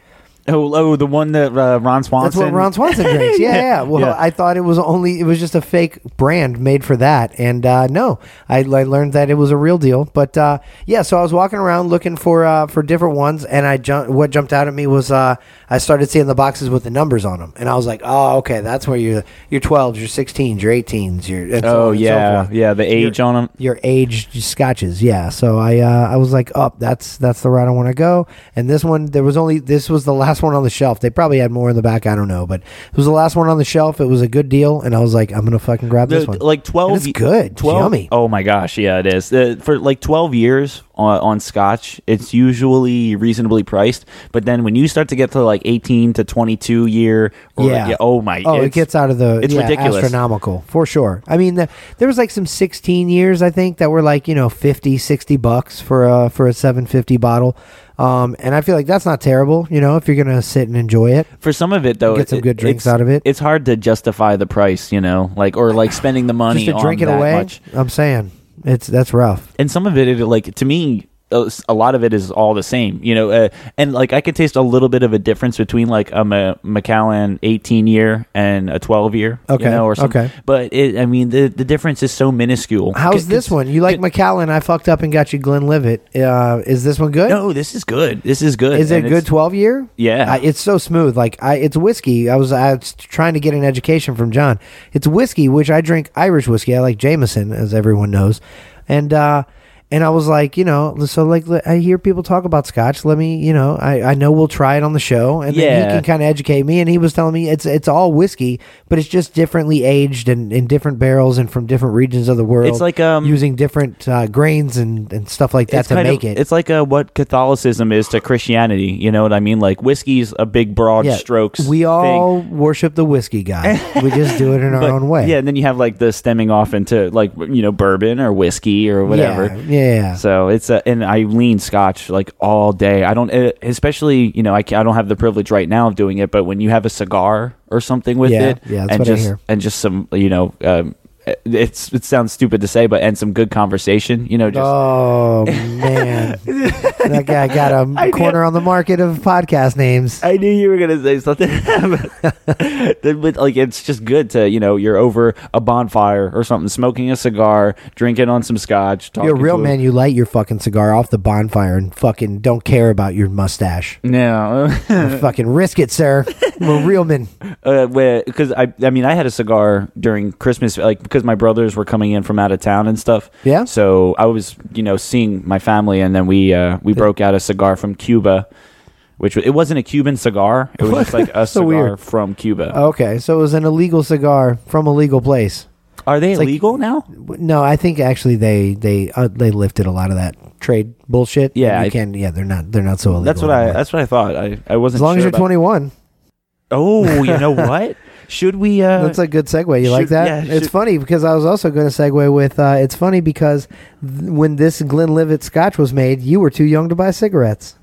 Oh, oh, the one that uh, Ron Swanson. That's what Ron Swanson drinks. Yeah, yeah. Well, Yeah. I thought it was only it was just a fake brand made for that, and uh, no, I, I learned that it was a real deal. But uh, yeah, so I was walking around looking for uh, for different ones, and I jump, what jumped out at me was uh, I started seeing the boxes with the numbers on them, and I was like, oh, okay, that's where you your twelves, your sixteens, your eighteens, your and so Oh on and so yeah, forth. yeah. The age on them. your aged scotches yeah so i uh, i was like oh that's that's the route i want to go and this one there was only this was the last one on the shelf they probably had more in the back i don't know but it was the last one on the shelf it was a good deal and i was like i'm gonna fucking grab this one Like twelve. And it's good Twelve. yummy Oh my gosh, yeah, it is. Uh, for like twelve years on, on Scotch, it's usually reasonably priced. But then when you start to get to like eighteen to twenty-two year, or, Yeah. Oh my. Oh, it it's- gets out of the It's yeah, ridiculous. astronomical for sure. I mean, the, there was like some 16 years I think that were like you know 50, 60 bucks for a for a 750 bottle, um, and I feel like that's not terrible. You know, if you're gonna sit and enjoy it, For some of it though, Get some it- good drinks it's- out of it. It's hard to justify the price, you know, like or like spending the money just to on drink it that away. much. I'm saying it's that's rough. and some of it, it like to me uh, s- a lot of it is all the same you know uh, and like i could taste a little bit of a difference between like a Ma- mcallen 18 year and a 12 year Okay, you know, or something okay. but it, i mean the, the difference is so minuscule How's C- this c- one? You like McAllen? I fucked up and got you Glenlivet. Uh, is this one good? no this is good this is good Is it and a good it's- twelve year? Yeah. I, it's so smooth. Like I, it's whiskey. I was I was trying to get an education from John. It's whiskey, which I drink Irish whiskey. I like Jameson, as everyone knows, and uh, and I was like, you know, so like le- I hear people talk about Scotch. Let me, you know, I, I know we'll try it on the show, and then Yeah. he can kind of educate me. And he was telling me it's it's all whiskey, but it's just differently aged and in different barrels and from different regions of the world. It's like, um, using different uh, grains and and stuff like that it's to kind make of, it. It's like uh, what Catholicism is to Christianity. You know what I mean? Like whiskey's a big, broad strokes. We thing. all worship the whiskey guy. we just do it in our But- own way. Yeah, and then you have like the stemming off into like you know bourbon or whiskey or whatever. Yeah, yeah, yeah. So it's a, and I lean Scotch like all day. I don't, uh, especially you know I, ca- I don't have the privilege right now of doing it, but when you have a cigar or something with Yeah, it, yeah, that's and what I just hear. and just some you know. Um, it's it sounds stupid to say, but and some good conversation, you know. Just Oh man, that guy got a corner on the market of podcast names. I knew you were gonna say something, but, but, like it's just good to you know you're over a bonfire or something, smoking a cigar, drinking on some scotch. Talking You're a real to man. You light your fucking cigar off the bonfire and fucking don't care about your mustache. No, fucking risk it, sir. We're real men. because Uh, I, I mean, I had a cigar during Christmas, like because my brothers were coming in from out of town and stuff. Yeah. So I was, you know, seeing my family, and then we uh, we broke out a cigar from Cuba, which w- it wasn't a Cuban cigar. It was just like a So cigar weird. Oh. from Cuba. Okay, so it was an illegal cigar from a legal place. Are they like- illegal now? No, I think actually they they uh, they lifted a lot of that trade bullshit. Yeah, you I- can. Yeah, they're not they're not so illegal. That's what I. anymore. That's what I thought. I, I wasn't as long sure as you're about- 21. Oh, you know what? Should we? Uh, That's a good segue. You like should- that? yeah, it's should- funny because I was also going to segue with. Uh, it's funny because th- when this Glenlivet Scotch was made, you were too young to buy cigarettes.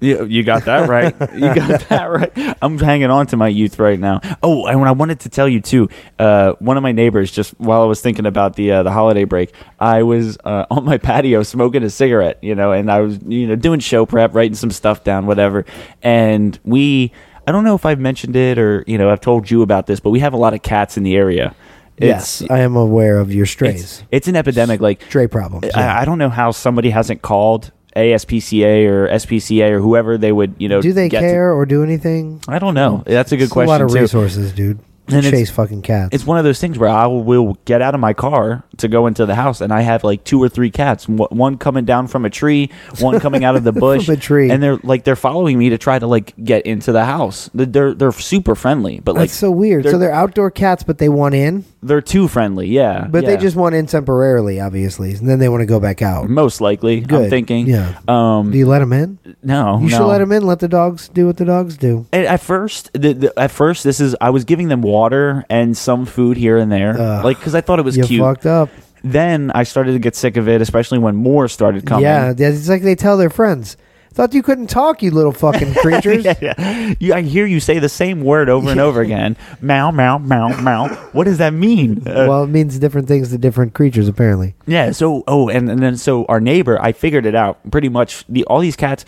You, you got that right. You got that right. I'm hanging on to my youth right now. Oh, and when I wanted to tell you too, uh, one of my neighbors just while I was thinking about the uh, the holiday break, I was uh, on my patio smoking a cigarette, you know, and I was you know doing show prep, writing some stuff down, whatever. And we, I don't know if I've mentioned it or you know I've told you about this, but we have a lot of cats in the area. It's, yes, I am aware of your strays. it's it's an epidemic. Like Stray problems. yeah. I, I don't know how somebody hasn't called ASPCA or SPCA or whoever they would you know. do they get to- care or do anything? I don't know. That's a good It's question. A lot of too. resources, dude. And it's- Chase fucking cats. It's one of those things where I will get out of my car to go into the house, and I have like two or three cats. One- One coming down from a tree, one coming out of the bush, From a tree. and they're like they're following me to try to like get into the house. They're they're, they're super friendly, but like That's so weird. They're, so they're outdoor cats, but they want in, they're too friendly, yeah. but they yeah. just want in temporarily, obviously, and then they want to go back out. most likely. I'm Good. thinking, Yeah. Um, Do you let them in? You no, no. should let them in. Let the dogs do what the dogs do. At, at first, the, the, at first, this is I was giving them water and some food here and there, Ugh. like because I thought it was you cute. fucked up. Then I started to get sick of it, especially when more started coming. Yeah, that- it's like they tell their friends. Thought you couldn't talk, you little fucking creatures. yeah. You, I hear you say the same word over and over again. Meow, meow, meow, meow. What does that mean? Uh, Well, it means different things to different creatures, apparently. yeah. So, oh, and, and then so our neighbor, I figured it out pretty much. The all these cats,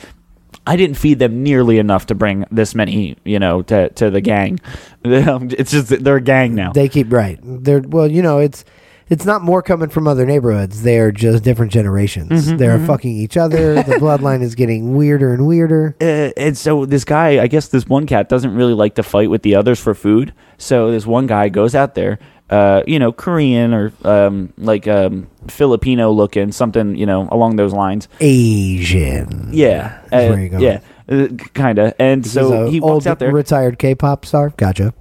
I didn't feed them nearly enough to bring this many, you know, to to the gang. it's just that they're a gang now. They keep right. They're well, you know, it's it's not more coming from other neighborhoods. They're just different generations. Mm-hmm, They're fucking each other. The bloodline is getting weirder and weirder. uh, and so this guy, I guess this one cat doesn't really like to fight with the others for food. So this one guy goes out there, uh, you know, Korean or um, like um, Filipino looking, something, you know, along those lines. Asian. Yeah, That's uh, where you go. yeah, kind of. And so He's a he old walks out there. retired K-pop star. Gotcha.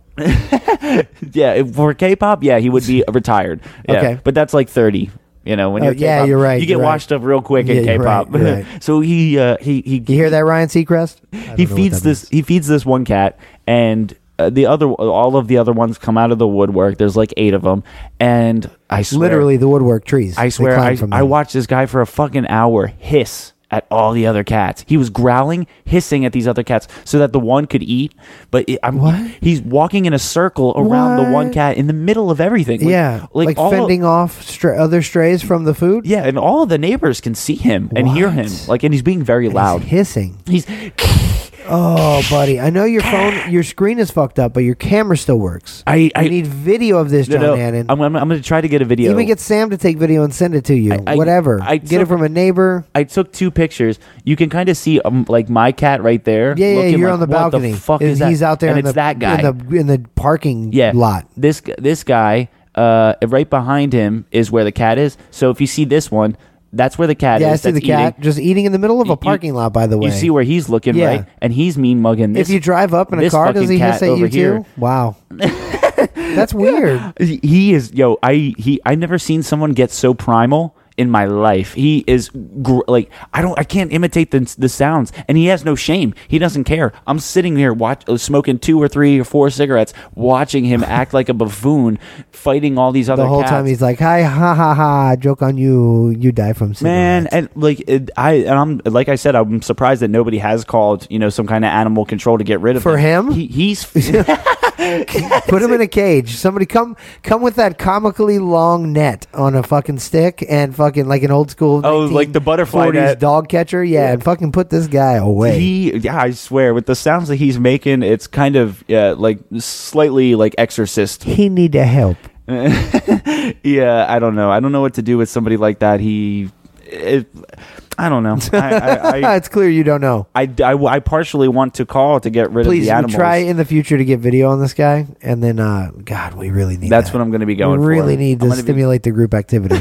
yeah, if- for K-pop, yeah, he would be retired. Yeah. Okay. but that's like thirty. You know, when Oh, you're yeah, K-pop, you're right, You get you're right. washed up real quick in Yeah, you're right, K-pop. you're right. so he uh, he he You hear that, Ryan Seacrest? I don't he know what feeds that this means. he feeds this one cat and uh, the other all of the other ones come out of the woodwork there's like eight of them and i swear Literally, the woodwork trees. i They swear climb I, from I them. watched this guy for a fucking hour hiss at all the other cats he was growling hissing at these other cats so that the one could eat but it, i'm What? he's walking in a circle around the one What? cat in the middle of everything like, yeah, like, all of- fending off stra- other strays from the food. yeah and all of the neighbors can see him and hear him What? like and he's being very loud He's hissing. he's Oh, buddy, I know your phone, your screen is fucked up, but your camera still works. I- I- we need video of this, no, John no, Hannon. I'm, I'm, I'm gonna try to get a video Even get Sam to take video and send it to you. I- Whatever. I get took- it from a neighbor. I took two pictures. You can kind of see um, like my cat right there. Yeah, yeah. looking You're like, on the "What balcony. fuck and is that?" he's out there and in it's the, that guy. in the in the parking yeah, lot. This this guy, uh, right behind him is where the cat is. So if you see this one, that's where the cat Yeah, I is. see the that's cat eating. just eating in the middle of You- a parking lot. By the way, You see where he's looking, Yeah. right? And he's mean mugging. This, if you drive up in a this car, does fucking he cat hiss at over you here. too? Wow, that's weird. He- He is yo. I he. I've never seen someone get so primal in my life. He is gr- like I don't. I can't imitate the the sounds, and he has no shame. He doesn't care. I'm sitting here watch uh, smoking two or three or four cigarettes, watching him act like a buffoon, fighting all these other The whole cats. time he's like, "Hi, ha, ha, ha! Joke on you. You die from Man, cigarettes." and like it, I, and I'm like I said, I'm surprised that nobody has called, you know, some kind of animal control to get rid of For him? He, he's Put him in a cage. Somebody come come with that comically long net on a fucking stick and fucking like an old school. Oh, like the butterfly 1940s net. dog catcher. Yeah, and fucking put this guy away. He, yeah, I swear, with the sounds that he's making, it's kind of yeah, like slightly like Exorcist. he need to help. Yeah, I don't know. I don't know what to do with somebody like that. He, it, I don't know. I, I, I, Uh, it's clear you don't know. I, I, I partially want to call to get rid of Please the we animals. try in the future to get video on this guy, and then uh, God, we really need. That's that. what I'm gonna be going We for. really need I'm to gonna be- stimulate the group activity.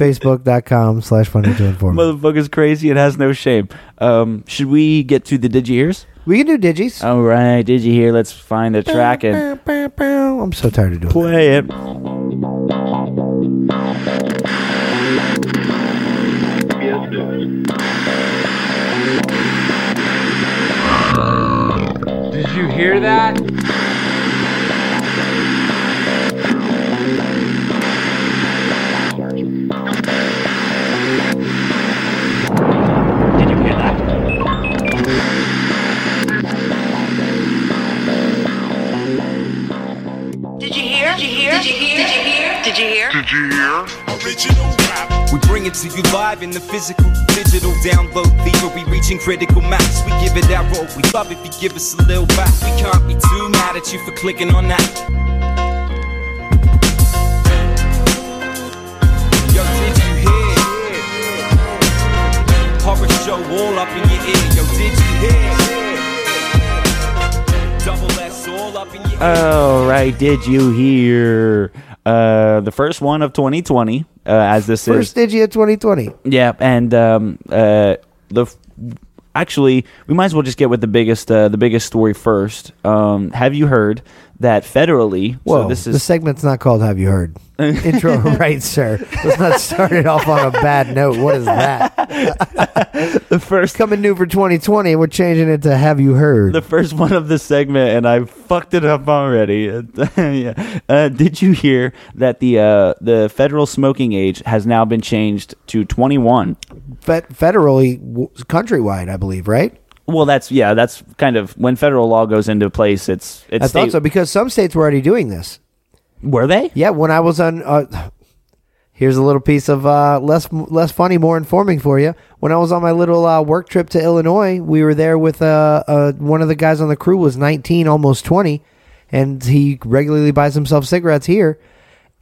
Facebook.com slash funny to inform. Motherfucker's crazy and has no shame. Um, should we get to the digi ears? we can do digis. All right, digi here. Let's find the track and I'm so tired of doing. that. play it. Did you hear that? Did you hear? Did you hear? Did you hear? Did you hear? Original rap. We bring it to you live in the physical, digital download fever. We reaching critical mass. We give it our all. We love if you give us a little back. We can't be too mad at you for clicking on that. show all up in your ear. Yo, did you hear? Double S all up in your All Oh, right, did you hear uh, the first one of 2020? Uh, as this First is, Digi of 2020. yeah, and um, uh, the f- actually, we might as well just get with the biggest uh, the biggest story first. Um, have you heard that federally? Whoa, so this the is segment's not called "Have You Heard." Intro right, sir. Let's not start it off on a bad note. What is that? the first Coming new for 2020, we're changing it to "Have You Heard." the first one of this segment, and I fucked it up already. yeah. uh, did you hear that the uh, the federal smoking age has now been changed to 21? Fe- federally, w- countrywide, I believe, right? Well, that's yeah, that's kind of when federal law goes into place. It's it's I thought state- so because some states were already doing this. Were they? Yeah, when I was on, uh, here's a little piece of uh, less less funny, more informing for you. When I was on my little uh, work trip to Illinois, we were there with uh, uh, one of the guys on the crew was 19, almost 20, and he regularly buys himself cigarettes here.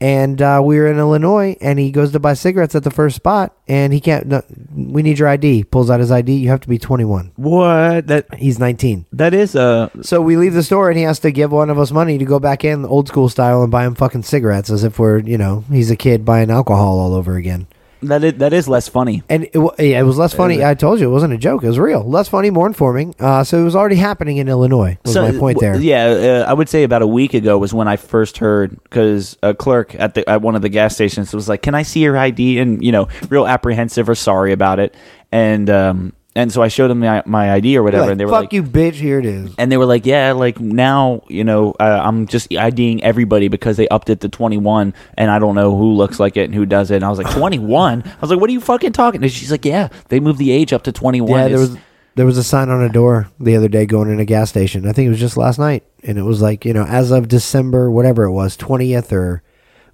And uh, we were in Illinois, and he goes to buy cigarettes at the first spot, and he can't. No, we need your ID. Pulls out his ID. You have to be 21. What that He's 19. that is uh So we leave the store, and he has to give one of us money to go back in the old school style and buy him fucking cigarettes, as if we're you know he's a kid buying alcohol all over again. that is, that is less funny. And it, wa- yeah, it was less funny. I told you it wasn't a joke; it was real. Less funny, more informing. Uh, so it was already happening in Illinois. Was my point there? w- Yeah, uh, I would say about a week ago was when I first heard because a clerk at the at one of the gas stations was like, "Can I see your ID?" and you know, real apprehensive or sorry about it, and um, and so I showed them my, my ID or whatever, Like, and they were fuck like, you, bitch! Here it is. and they were like, "Yeah, like now, you know, uh, I'm just IDing everybody because they upped it to 21, and I don't know who looks like it and who does it." And I was like, "21?" I was like, "What are you fucking talking?" And she's like, "Yeah, they moved the age up to 21." Yeah, there It's- was there was a sign on a door the other day going in a gas station. I think it was just last night, and it was like you know, as of December, whatever it was, twentieth or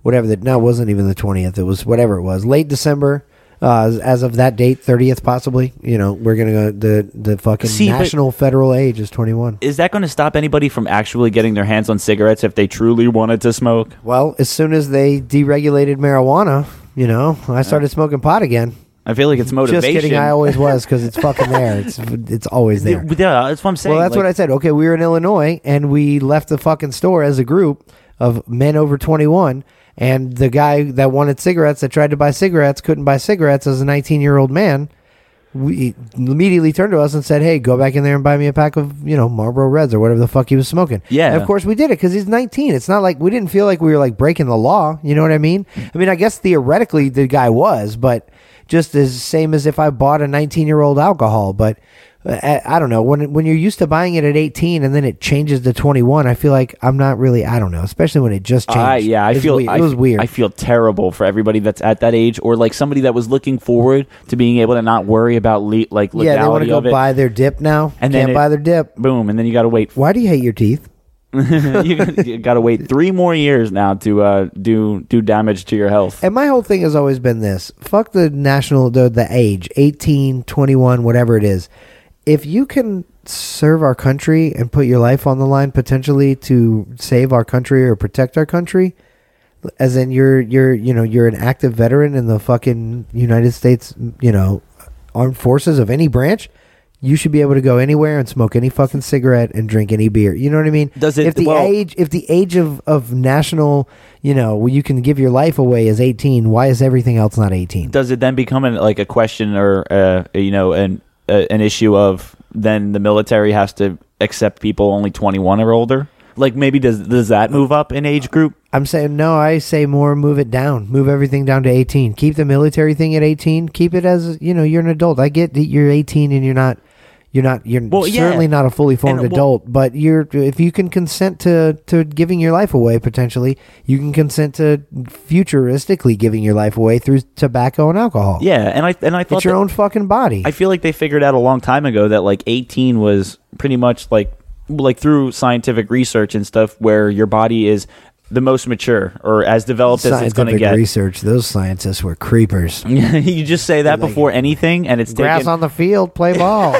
whatever. That no, it wasn't even the twentieth. It was whatever it was, late December. Uh, as- as of that date, thirtieth possibly. You know, we're gonna go the the fucking See, but- national federal age is twenty one. Is that going to stop anybody from actually getting their hands on cigarettes if they truly wanted to smoke? Well, as soon as they deregulated marijuana, you know, I started smoking pot again. I feel like it's motivation. Just kidding, I always was because it's fucking there. It's it's always there. yeah, that's what I'm saying. Well, that's what I said. Okay, we were in Illinois and we left the fucking store as a group of men over 21. And the guy that wanted cigarettes, that tried to buy cigarettes, couldn't buy cigarettes as a 19 year old man. We immediately turned to us and said, "Hey, go back in there and buy me a pack of you know Marlboro Reds or whatever the fuck he was smoking." Yeah. And of course we did it because he's 19. It's not like we didn't feel like we were like breaking the law. You know what I mean? I mean, I guess theoretically the guy was, but just as same as if I bought a 19 year old alcohol. But uh, I, I don't know when when you're used to buying it at 18 and then it changes to 21. I feel like I'm not really. I don't know, especially when it just changed. I, yeah, I It's feel weird. I, it was weird. I feel terrible for everybody that's at that age, or like somebody that was looking forward to being able to not worry about le- like legality yeah, they want to go of it. buy their dip now. And then Can't it- buy their dip. Boom, and then you got to wait. Why do you hate your teeth? you you got to wait three more years now to uh, do do damage to your health. And my whole thing has always been this. Fuck the national the, the age, 18, 21, whatever it is. If you can serve our country and put your life on the line potentially to save our country or protect our country, as in you're you're you know, you're an active veteran in the fucking United States, you know, armed forces of any branch, you should be able to go anywhere and smoke any fucking cigarette and drink any beer. You know what I mean? Does it- if the well- age if the age of, of national, you know, where you can give your life away is 18, why is everything else not 18? Does it then become an, like a question or uh, you know an uh, an issue of then the military has to accept people only twenty one or older? Like maybe does does that move up in age group? I'm saying no, I say more move it down. Move everything down to 18. Keep the military thing at 18. Keep it as, you know, you're an adult. I get that you're 18 and you're not you're not you're Well, yeah. certainly not a fully formed well- adult, but you're if you can consent to to giving your life away potentially, you can consent to futuristically giving your life away through tobacco and alcohol. Yeah, and I and I thought It's your that- own fucking body. I feel like they figured out a long time ago that like 18 was pretty much like like through scientific research and stuff where your body is the most mature or as developed as it's going to scientific get. research. Those scientists were creepers. you just say that before anything, and it's Grass taken- on the field, play ball.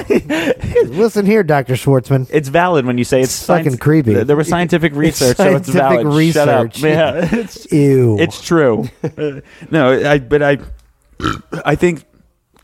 Listen here, Doctor Schwartzman. It's valid when you say it's, It's fucking creepy. th- There was scientific research, so it's scientific valid. Shut up. research. Yeah, it's Ew. it's true. Uh, no, I but I I think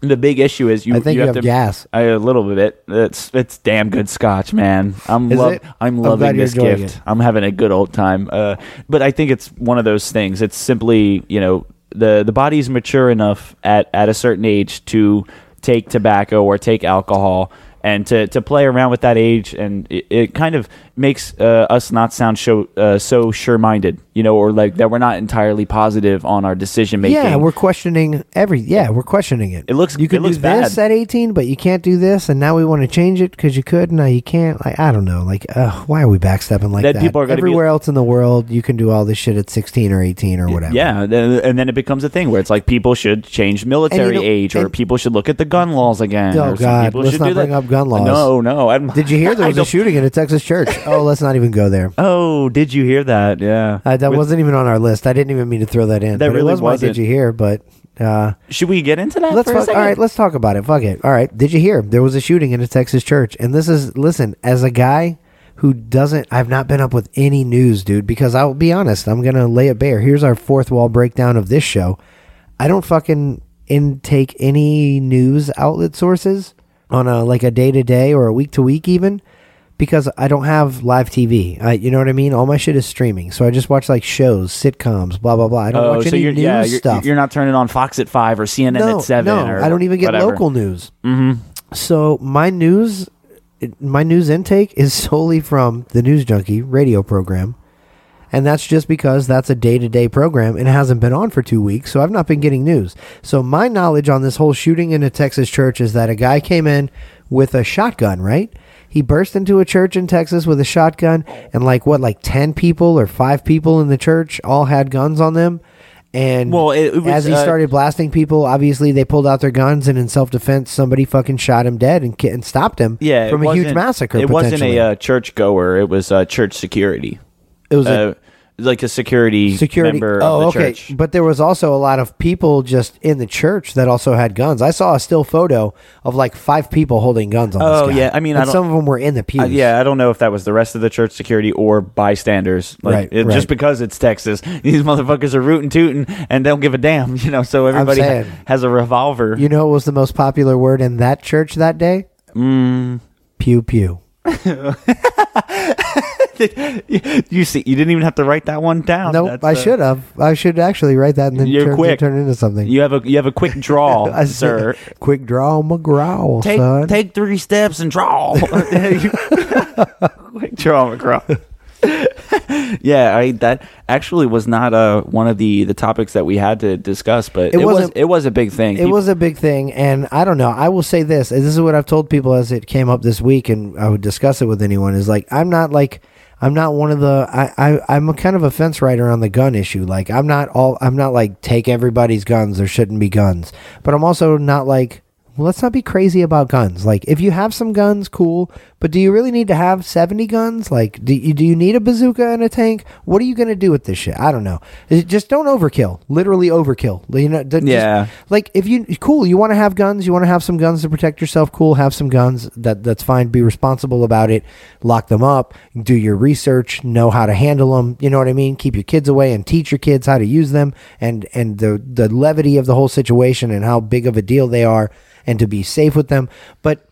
The big issue is you. I think you have to, gas. I- A little bit. It's it's damn good scotch, man. I'm Is lo- it? I'm I'm loving glad you're this enjoying gift. it. I'm having a good old time. Uh, but I think it's one of those things. It's simply you know the the body's mature enough at at a certain age to take tobacco or take alcohol. And to, to play around with that age, and it, it kind of makes uh, us not sound so uh, so sure minded, you know, or like that we're not entirely positive on our decision making. Yeah, we're questioning every. Yeah, we're questioning it. It looks- You it could looks do this bad. at eighteen, but you can't do this, and now we want to change it because you could. Now you can't. Like I don't know. Like, uh, why are we backstepping like That that? people are gonna be- everywhere else in the world. You can do all this shit at sixteen or eighteen or whatever. Yeah, th- and then it becomes a thing where it's like people should change military know- age, or and- people should look at the gun laws again. Oh, or some God, people let's should not do that. bring up gun laws. No, no. I'm, Did you hear there I was a don't- shooting at a Texas church? Oh, let's not even go there. Oh, did you hear that? Yeah. Uh, that With- wasn't even on our list. I didn't even mean to throw that in. That but really it was my wasn't. Did you hear? But uh, Should we get into that? let's for a fuck, all second? right. Let's talk about it. Fuck it. All right. Did you hear? There was a shooting in a Texas church, and this is listen as a guy who doesn't. I've not been up with any news, dude. Because I'll be honest, I'm gonna lay it bare. Here's our fourth wall breakdown of this show. I don't fucking intake any news outlet sources on a like a day to day or a week to week even because I don't have live TV. I, you know what I mean? All my shit is streaming. So I just watch like shows, sitcoms, blah blah blah. I don't Oh, watch so any you're news yeah, you're, stuff. you're not turning on Fox at five or CNN at seven. No, or I don't even get whatever. local news. Mm-hmm. So my news, it- my news intake is solely from the News Junkie radio program, and that's just because that's a day-to-day program and it hasn't been on for two weeks, so I've not been getting news. So my knowledge on this whole shooting in a Texas church is that a guy came in with a shotgun, right? He burst into a church in Texas with a shotgun, and like what, like ten people or five people in the church all had guns on them. And Well, it- it was, as he uh, started blasting people, obviously they pulled out their guns, and in self defense, somebody fucking shot him dead and, ki- and stopped him Yeah, it from a huge wasn't- massacre. It wasn't a potentially. uh, church goer. It was uh, church security. it was a Uh, like a security security. member oh, of the okay. church. But there was also a lot of people just in the church that also had guns. I saw a still photo of like five people holding guns on. Oh, this guy. yeah. I mean, I And don't- some of them were in the pews. Uh, yeah, I don't know if that was the rest of the church security or bystanders. Like, Right, it- Just right. because it's Texas, these motherfuckers are rooting, tooting, and don't give a damn. You know, so everybody saying. has a revolver. You know, what was the most popular word in that church that day. Mm. Pew pew. you see, you didn't even have to write that one down. No, That's, I uh, should have. I should actually write that and then You're turn, quick. turn it into something. You have a you have a quick draw, I sir. said, Quick draw McGraw, Take son. take three steps and draw. quick draw, McGraw. yeah, I that actually was not uh, one of the, the topics that we had to discuss, but it, was wasn't- it was a big thing. It was a big thing, and I don't know. I will say this: and this is what I've told people as it came up this week, and I would discuss it with anyone. Is like I'm not like I'm not one of the I, I I'm a kind of a fence rider on the gun issue. Like I'm not all I'm not like take everybody's guns. There shouldn't be guns, but I'm also not like. Well, let's not be crazy about guns. Like, if you have some guns, cool. But do you really need to have seventy guns? Like, do you do you need a bazooka and a tank? What are you gonna do with this shit? I don't know. It- Just don't overkill. Literally overkill. You know, d- just- Yeah. like if you cool you want to have guns you want to have some guns to protect yourself cool have some guns that that's fine be responsible about it lock them up do your research know how to handle them you know what i mean keep your kids away and teach your kids how to use them and and the the levity of the whole situation and how big of a deal they are and to be safe with them but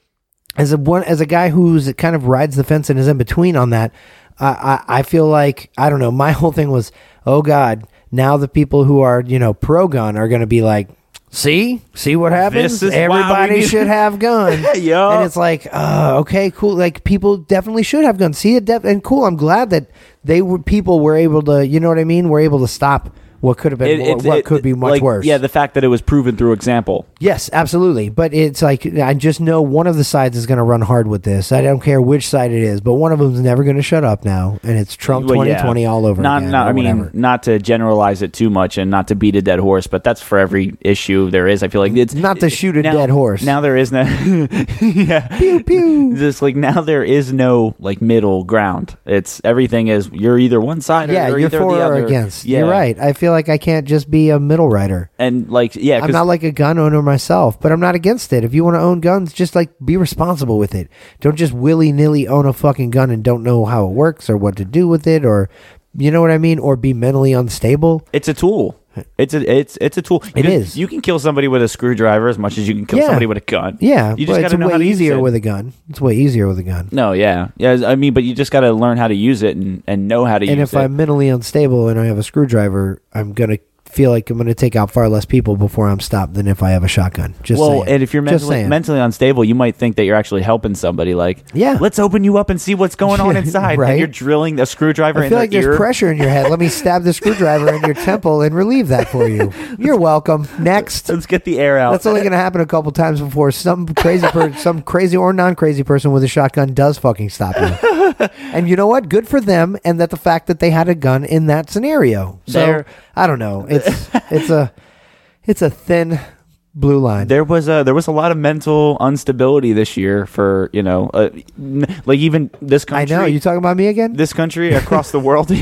as a one as a guy who's kind of rides the fence and is in between on that, I I, I feel like I don't know. My whole thing was, oh God, now the people who are you know pro gun are going to be like. See, see what happens. This is why we Everybody need- should have guns. Yeah. and it's like, uh, okay, cool. Like people definitely should have guns. See, it def- and cool. I'm glad that they were people were able to, you know what I mean, were able to stop what could have been, It- it- what it- could be much like, worse. Yeah, the fact that it was proven through example. Yes, absolutely. But it's like I just know one of the sides is going to run hard with this. I don't care which side it is, but one of them's never going to shut up now, and it's Trump Well, twenty yeah. twenty all over. Not, again not or I mean, whatever. not to generalize it too much and not to beat a dead horse, but that's for every issue there is. I feel like it's Not to shoot a now- dead horse. Now there is no, yeah, pew pew. Just like now there is no like middle ground. It's everything is you're either one side or yeah, you're, you're either for the or other. against. Yeah. You're right. I feel like I can't just be a middle rider. And like yeah, I'm not like a gun owner myself, but I'm not against it. If you want to own guns, just like be responsible with it. Don't just willy nilly own a fucking gun and don't know how it works or what to do with it or, you know what I mean, or be mentally unstable. it's a tool. It's a it's it's a tool. You It can, is. You can kill somebody with a screwdriver as much as you can kill Yeah. somebody with a gun. Yeah, you but gotta it's know way how to use easier it. with a gun. It's way easier with a gun. No, yeah, yeah. I mean, but you just got to learn how to use it and, and know how to And use if it. I'm mentally unstable and I have a screwdriver, I'm gonna feel like I'm gonna take out far less people before I'm stopped than if I have a shotgun. Just well, saying. and if you're Just mentally saying. mentally unstable, you might think that you're actually helping somebody. Like, Yeah. let's open you up and see what's going on inside. Right. And you're drilling a screwdriver I in feel their like ear. there's pressure in your head. Let me stab the screwdriver in your temple and relieve that for you. You're welcome. Next. Let's get the air out. That's only going to happen a couple times before some crazy, per- some crazy or non-crazy person with a shotgun does fucking stop you. and you know what? Good for them, and that the fact that they had a gun in that scenario. So They're- I don't know. It's it's a it's a thin blue line. there was a there was a lot of mental instability this year for you know uh, n- like even this I country know. You talking about me again? this country across the world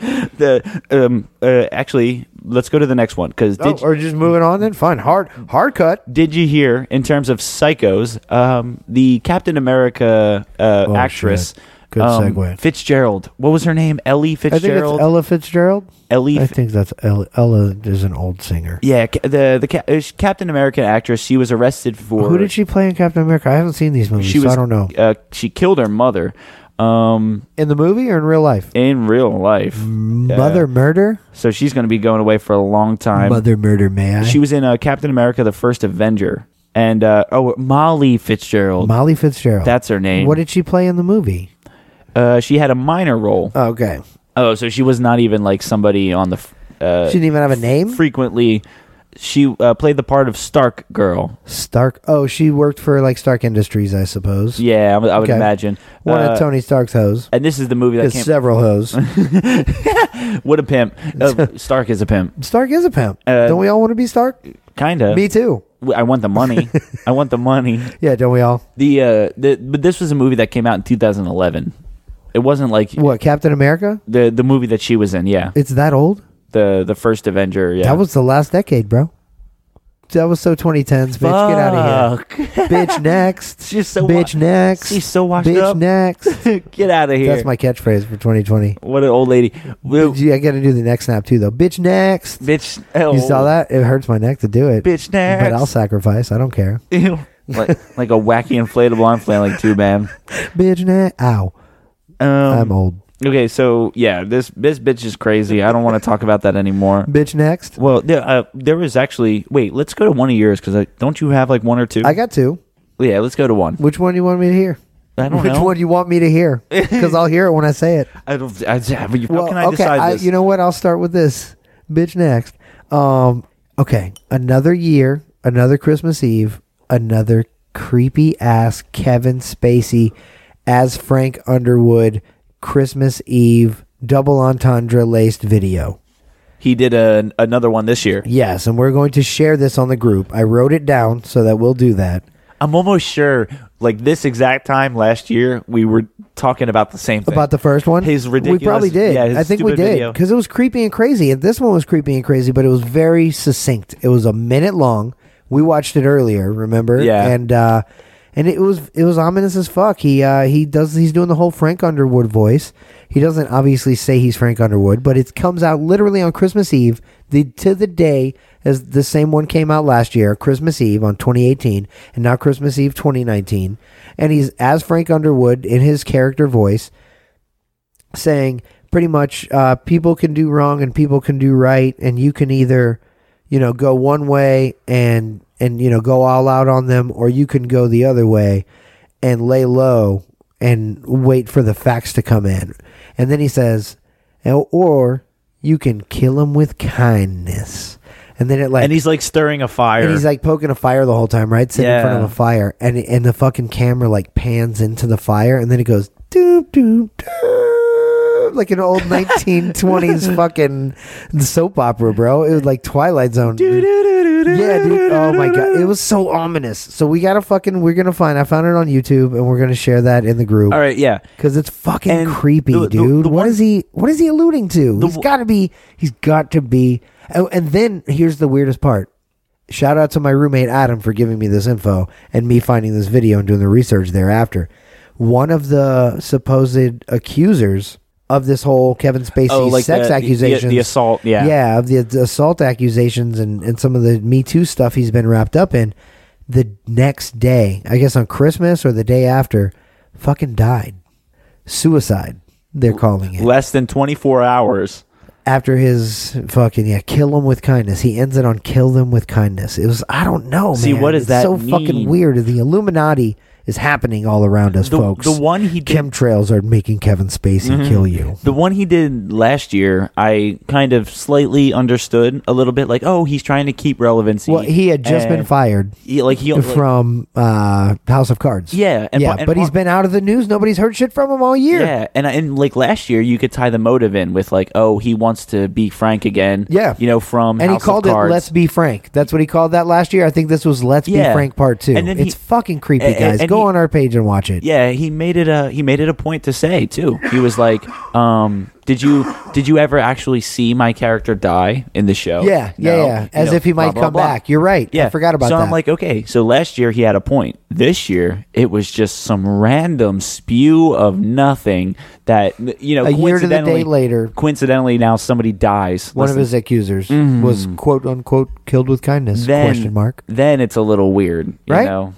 the um uh, actually let's go to the next one because oh, did, or just moving on then? Fine. Hard hard cut. did you hear in terms of psychos um the Captain America uh, Oh, actress shit. Good um, segue. Fitzgerald what was her name Ellie I think Fitzgerald it's Ella Fitzgerald. Ellie I think that's Ella, Ella is an old singer. yeah ca- the the ca- uh, Captain America actress she was arrested for Who did she play in Captain America? I haven't seen these movies, she so was I don't know. uh, she killed her mother um In the movie or in real life? in real life. Mm. Mother Murder? So she's going to be going away for a long time. Mother Murder, may I? She was in uh, Captain America: The First Avenger, and uh, oh, Molly Fitzgerald. Molly Fitzgerald. That's her name. What did she play in the movie? uh, she had a minor role. Okay. oh, so she was not even like somebody on the. f- Uh, She didn't even have a name? frequently, she uh, played the part of Stark Girl. Stark. Oh, she worked for like Stark Industries, I suppose. Yeah, I would, I would Okay. imagine. One Uh, of Tony Stark's hoes. And this is the movie that It's came. several hoes. What a pimp! Uh, Stark is a pimp, Stark is a pimp. Uh, don't we all want to be Stark? kind of. Me too. I want the money. I want the money. Yeah, don't we all? The uh, the but this was a movie that came out in 2011. It wasn't like What, Captain America? the the movie that she was in. Yeah, It's that old? the the first Avenger. Yeah, That was the last decade, bro. That was so 2010s, bitch. Get out of here. here. bitch next. She's so bitch wa- next. she's so washed bitch up. next. Get out of here. That's my catchphrase for 2020. what an old lady. Well, Gee, I got to do the neck snap too, though. Bitch next. bitch. You saw that? It hurts my neck to do it. Bitch next. But I'll sacrifice. I don't care. Ew. like like a wacky inflatable arm flailing tube, man. bitch next. Ow. Um, I'm old. okay, so yeah, this this bitch is crazy. I don't want to talk about that anymore. Bitch next. Well, there, uh, there was actually. Wait, let's go to one of yours because don't you have like one or two? I got two. yeah, let's go to one. Which one do you want me to hear? I don't Which know. one do you want me to hear? Because I'll hear it when I say it. I don't. I, how can I okay, decide this? you know what? I'll start with this. Bitch next. Um, okay, another year, another Christmas Eve, another creepy ass Kevin Spacey as Frank Underwood Christmas Eve double entendre laced video. he did a, another one this year. Yes, and we're going to share this on the group. I wrote it down so that we'll do that. I'm almost sure, like this exact time last year, we were talking about the same thing. About the first one, His ridiculous- We probably did. yeah, his I think we stupid did video. because it was creepy and crazy, and this one was creepy and crazy, but it was very succinct. It was a minute long. We watched it earlier, remember? Yeah. and uh, and it was it was ominous as fuck. He uh, he does he's doing the whole Frank Underwood voice. He doesn't obviously say he's Frank Underwood, but it comes out literally on Christmas Eve, the to the day as the same one came out last year, Christmas Eve on 2018, and now Christmas Eve 2019, and he's as Frank Underwood in his character voice saying pretty much uh, people can do wrong and people can do right, and you can either, you know, go one way and and you know go all out on them, or you can go the other way and lay low and wait for the facts to come in. And then he says, "And- or you can kill them with kindness. And then it like and he's like stirring a fire. and he's like poking a fire the whole time, right? Sitting in front Yeah. of a fire, and and the fucking camera like pans into the fire, and then it goes doop doop doop, like an old nineteen twenties fucking soap opera, bro. It was like Twilight Zone. Yeah, dude. Oh my god, it was so ominous. So we gotta fucking, we're gonna find. I found it on YouTube, and we're gonna share that in the group. all right, yeah. Cause it's fucking And creepy, the- the- dude. the what one- is he? What is he alluding to? he's w- got to be. He's got to be. Oh, and then here's the weirdest part. Shout out to my roommate Adam for giving me this info and me finding this video and doing the research thereafter. One of the supposed accusers of this whole Kevin Spacey Oh, like the- sex the- accusations, the assault, yeah. yeah, of the, the assault accusations and and some of the Me Too stuff he's been wrapped up in. The next day, I guess on Christmas or the day after, fucking died, suicide. They're calling it Less than 24 hours. after his fucking yeah, kill them with kindness. He ends it on kill them with kindness. It was I don't know. See, man. what does It's that So mean? fucking weird. The Illuminati is happening all around us, The- folks. the one he did- Mm-hmm. chemtrails are making Kevin Spacey kill you. The one he did last year, I kind of slightly understood a little bit. Like, oh, he's trying to keep relevancy. Well, he had just been And- fired Yeah, like he from uh, House of Cards. Yeah, and- yeah, and- but he's been out of the news. Nobody's heard shit from him all year. Yeah, and and like last year, you could tie the motive in with like, oh, he wants to be Frank again. Yeah. you know, from and House he called of it Cards. "Let's Be Frank." That's what he called that last year. I think this was "Let's Yeah. Be Frank" part two. And then it's he- fucking creepy, and- guys. and Go he- on our page and watch it. Yeah, he made it a he made it a point to say too. He was like, um, "Did you did you ever actually see my character die in the show?" Yeah, yeah, Oh, No. yeah. You As know, if he blah, might blah, come blah. back. You're right. Yeah, I forgot about so that. I'm like, okay, so last year he had a point. This year it was just some random spew of nothing that you know. A year to the day coincidentally- later. coincidentally now somebody dies. one Listen, of Mm-hmm. his accusers was quote unquote killed with kindness? then, question mark. Then it's a little weird, you Right? know?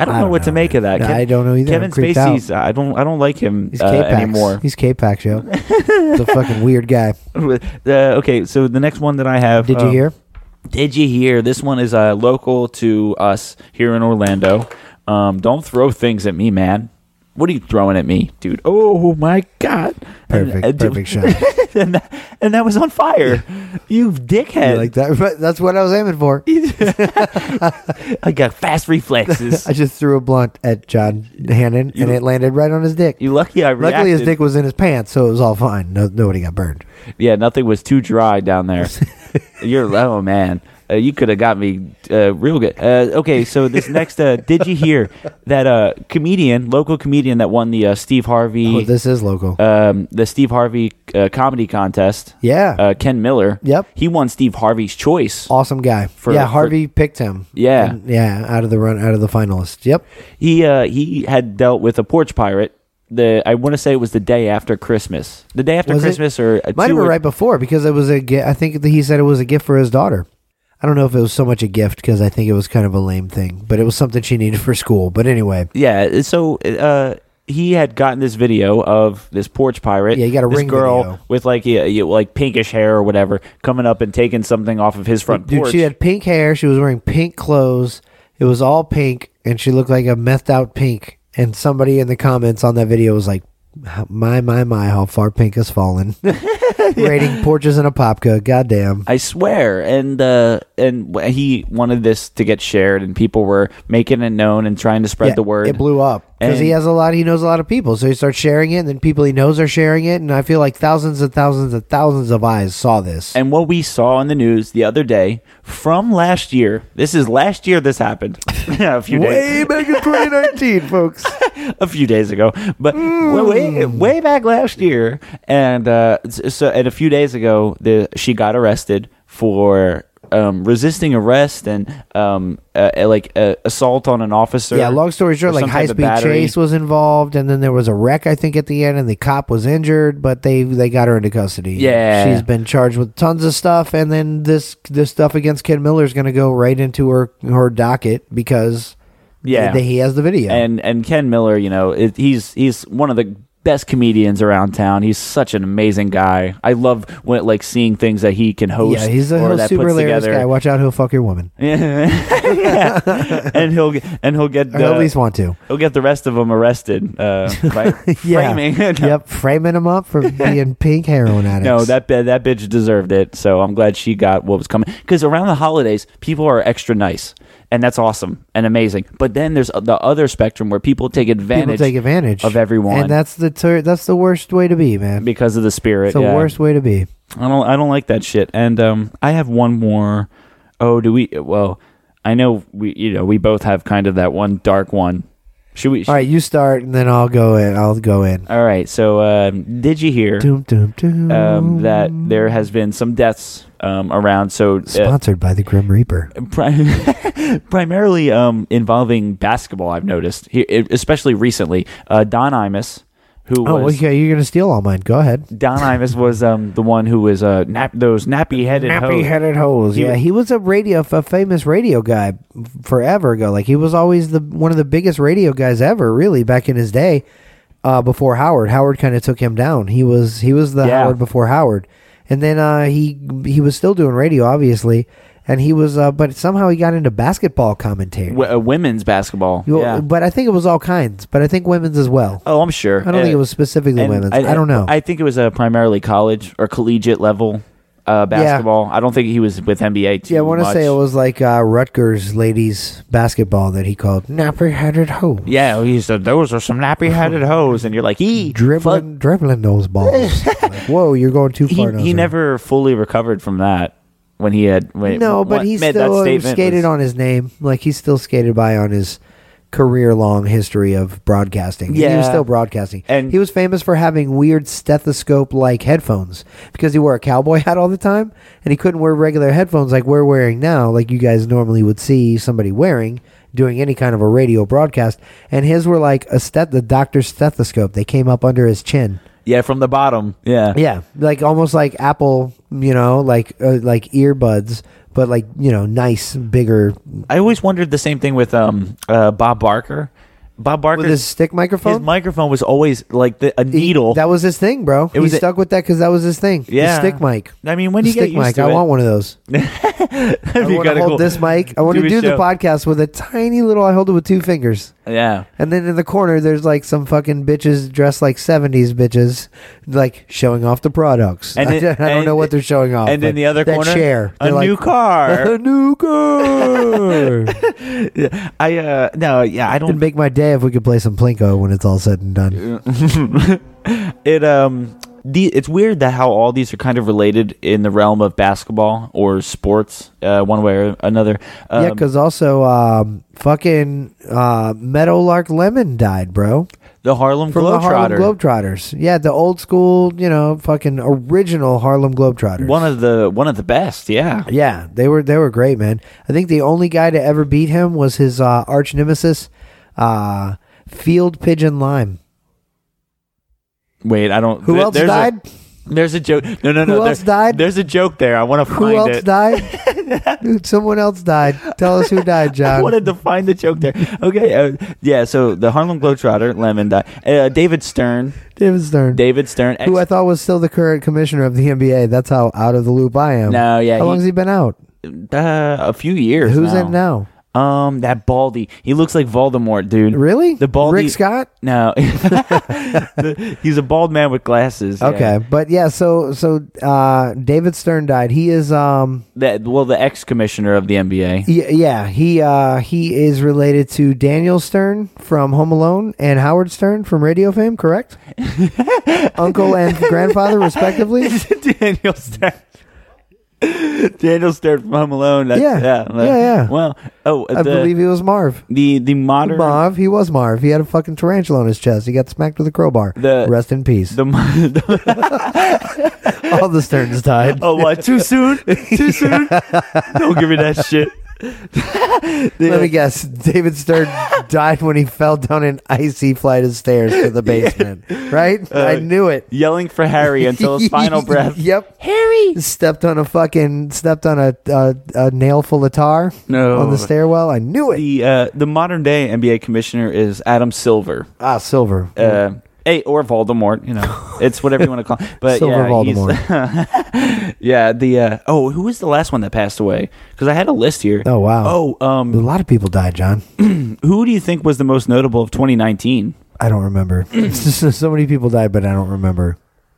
I don't I know don't what to know, make of that. man. I don't know either. Kevin I'm creeped Spacey's. I don't. I don't like him He's uh, K-Pax. anymore. He's K-Pax, yo. He's a fucking weird guy. Uh, okay, so the next one that I have. Did um, you hear? Did you hear? This one is uh, local to us here in Orlando. Um, don't throw things at me, man. What are you throwing at me, dude? Oh my god! And- Perfect, and- perfect shot. and, that, and that was on fire. you dickhead! You like that? But that's what I was aiming for. I got fast reflexes. I just threw a blunt at John Hannon, and it landed right on his dick. you lucky I reacted. Luckily, his dick was in his pants, so it was all fine. No, nobody got burned. Yeah, nothing was too dry down there. You're oh man, uh, you could have got me uh, real good. Uh, okay, so this next, uh, did you hear that uh, comedian, local comedian that won the uh, Steve Harvey, Oh, this is local. um, the Steve Harvey uh, comedy contest? Yeah. uh, Ken Miller. Yep. he won Steve Harvey's choice. awesome guy. for- yeah, for- Harvey picked him. Yeah. And- yeah, out of the run, out of the finalists. Yep. He uh, he had dealt with a porch pirate. The I want to say it was the day after Christmas, the day after Was it? Christmas, or uh, Might two have been or- right before because it was a gift. I think that he said it was a gift for his daughter. I don't know if it was so much a gift because I think it was kind of a lame thing, but it was something she needed for school. But anyway, Yeah, so uh, he had gotten this video of this porch pirate. Yeah, you got a this ring girl video. with like yeah, yeah, like pinkish hair or whatever coming up and taking something off of his front dude, porch. she had pink hair. She was wearing pink clothes. It was all pink, and she looked like a methed out pink. And somebody in the comments on that video was like, "My my my, how far pink has fallen." Rating porches and a popka. Goddamn. I swear, and uh, and w- he wanted this to get shared, and people were making it known and trying to spread Yeah, the word. It blew up because he And- has a lot. He knows a lot of people, so he starts sharing it, and then people he knows are sharing it, and I feel like thousands and thousands and thousands of eyes saw this. And what we saw in the news the other day from last year, this is last year this happened. a few days. Way back in 2019, folks. a few days ago, but way, Mm. way back last year, and uh, s- so and a few days ago, the she got arrested for um, resisting arrest and um, uh, uh, like uh, assault on an officer. Yeah, long story short, or like some type high of speed battery. chase was involved, and then there was a wreck, I think, at the end, and the cop was injured, but they they got her into custody. Yeah. she's been charged with tons of stuff, and then this this stuff against Ken Miller is going to go right into her her docket because Yeah. th- he has the video. and and Ken Miller, you know, it, he's he's one of the best comedians around town. He's such an amazing guy. I love when like seeing things that he can host. yeah, he's a or he'll that super puts hilarious together. guy. Watch out, he'll fuck your woman. yeah, and he'll get- and he'll get Or the- at least want to. He'll get the rest of them arrested uh, by framing. yep, framing him up for being pink heroin addicts. No, that bi- that bitch deserved it. So I'm glad she got what was coming. Because around the holidays, people are extra nice, and that's awesome and amazing. But then there's the other spectrum where people take advantage, people take advantage of everyone, and that's the tur- that's the worst way to be, man. because of the spirit. It's the yeah. worst way to be. I don't I don't like that shit. And um, I have one more. Oh, do we? Well, I know we you know we both have kind of that one dark one. Should we? All right, you start, and then I'll go in. I'll go in. all right. So um, did you hear? Doom, doom, doom. um, that there has been some deaths um, around. So uh, Sponsored by the Grim Reaper. pri- primarily e, um, involving basketball, I've noticed, he- especially recently. Uh, Don Imus who Oh, was okay. You're gonna steal all mine. Go ahead. Don Imus was um, the one who was uh, nap- those nappy headed Nappy-headed hoes. yeah, he was a radio, a famous radio guy forever ago. Like he was always the one of the biggest radio guys ever, really, back in his day. Uh, before Howard, Howard kind of took him down. He was he was the Yeah. Howard before Howard, and then uh, he he was still doing radio, obviously, and he was. Uh, but somehow he got into basketball commentary. w- uh, women's basketball. Well, yeah. But I think it was all kinds. But I think women's as well. Oh, I'm sure. I don't think it was specifically and women's. I don't know. I think it was uh, primarily college or collegiate level uh, basketball. I don't think he was with NBA too yeah, I want to much. say it was like uh, Rutgers ladies basketball that he called nappy headed hoe. Yeah, he said those are some nappy headed hoes, and you're like, he dribbling dribbling those balls. Like, whoa, you're going too he, far. he Nozer. never fully recovered from that when he had when no, when- but he made that still statement skated was- on his name. Like he still skated by on his career long history of broadcasting. he was Yeah. still broadcasting, And- he was famous for having weird stethoscope like headphones because he wore a cowboy hat all the time, and he couldn't wear regular headphones like we're wearing now, like you guys normally would see somebody wearing. Doing any kind of a radio broadcast, and his were like a steth the doctor's stethoscope. They came up under his chin. Yeah, from the bottom. Yeah. Yeah, like almost like Apple, you know, like uh, like earbuds, but like you know, nice, bigger I always wondered the same thing with um uh, Bob Barker. Bob Barker with his stick microphone. his microphone was always like the, a needle. that was his thing, bro. It was he a- stuck with that because that was his thing. The Yeah. stick mic. I mean, when The you get stick used mic. to I it, want one of those. you I want to gotta hold go- this mic. I want do to a do the show. podcast with a tiny little. I hold it with two fingers. Yeah. And then in the corner, there's like some fucking bitches dressed like '70s bitches, like showing off the products. And I, it- don't and- know what they're showing off. and in Oh, but the other that corner, chair, a They're like, new car. a new car. yeah. I uh no, yeah, I It'd don't make my day if we could play some Plinko when it's all said and done. it um the, it's weird that how all these are kind of related in the realm of basketball or sports, uh, one way or another. Um, yeah, because also um, fucking uh, Meadowlark Lemon died, bro. the Harlem From the Harlem Globetrotter, Globetrotters. Yeah, the old school, you know, fucking original Harlem Globetrotters. one of the one of the best. Yeah, yeah, they were they were great, man. I think the only guy to ever beat him was his uh, arch nemesis, uh, Field Pigeon Lime. Wait, I don't. Who there- else there's a- died? there's a joke. No, no, no. Who there- else died? There's a joke there. I want to find Who else it. died? Dude, someone else died. Tell us who died, I John. wanted to find the joke there. Okay, uh, yeah. So the Harlem Globetrotter, Lemon died. Uh, David Stern, David Stern. David Stern. ex- who I thought was still the current commissioner of the NBA. That's how out of the loop I am. No, yeah, How he- long's he been out? uh, a few years. Who's in now? Um, that baldy. He looks like Voldemort, dude. Really? The baldy. Rick Scott? No, The- he's a bald man with glasses. yeah. Okay, but yeah, so so uh, David Stern died. He is um That well, the ex commissioner of the NBA. y- yeah he uh he is related to Daniel Stern from Home Alone and Howard Stern from Radio Fame, correct? Uncle and grandfather, respectively. Daniel Stern. Daniel Stern from Home Alone. That's, Yeah. Yeah, yeah. Well, oh, I the, believe he was Marv. the the modern Marv, he was Marv. He had a fucking tarantula on his chest. He got smacked with a crowbar. The- Rest in peace. the, mo- the All the Sterns died. oh what too soon too soon don't give me that shit. Let me guess. David Stern died when he fell down an icy flight of stairs to the basement. Right? I knew it. Yelling for Uh, Harry until his final breath. Yep. Harry. Stepped on a fucking stepped on a a, a nail full of tar. No. On the stairwell. I knew it. The uh, the modern day NBA commissioner is Adam Silver. ah, silver. Uh, hey, or Voldemort. You know, it's whatever you want to call. Him. But Silver yeah, He's, yeah. The uh, oh, who was the last one that passed away? Because I had a list here. Oh, wow. Oh, a um, lot of people died, John. who do you think was the most notable of 2019? I don't remember. It's just so many people died, but I don't remember.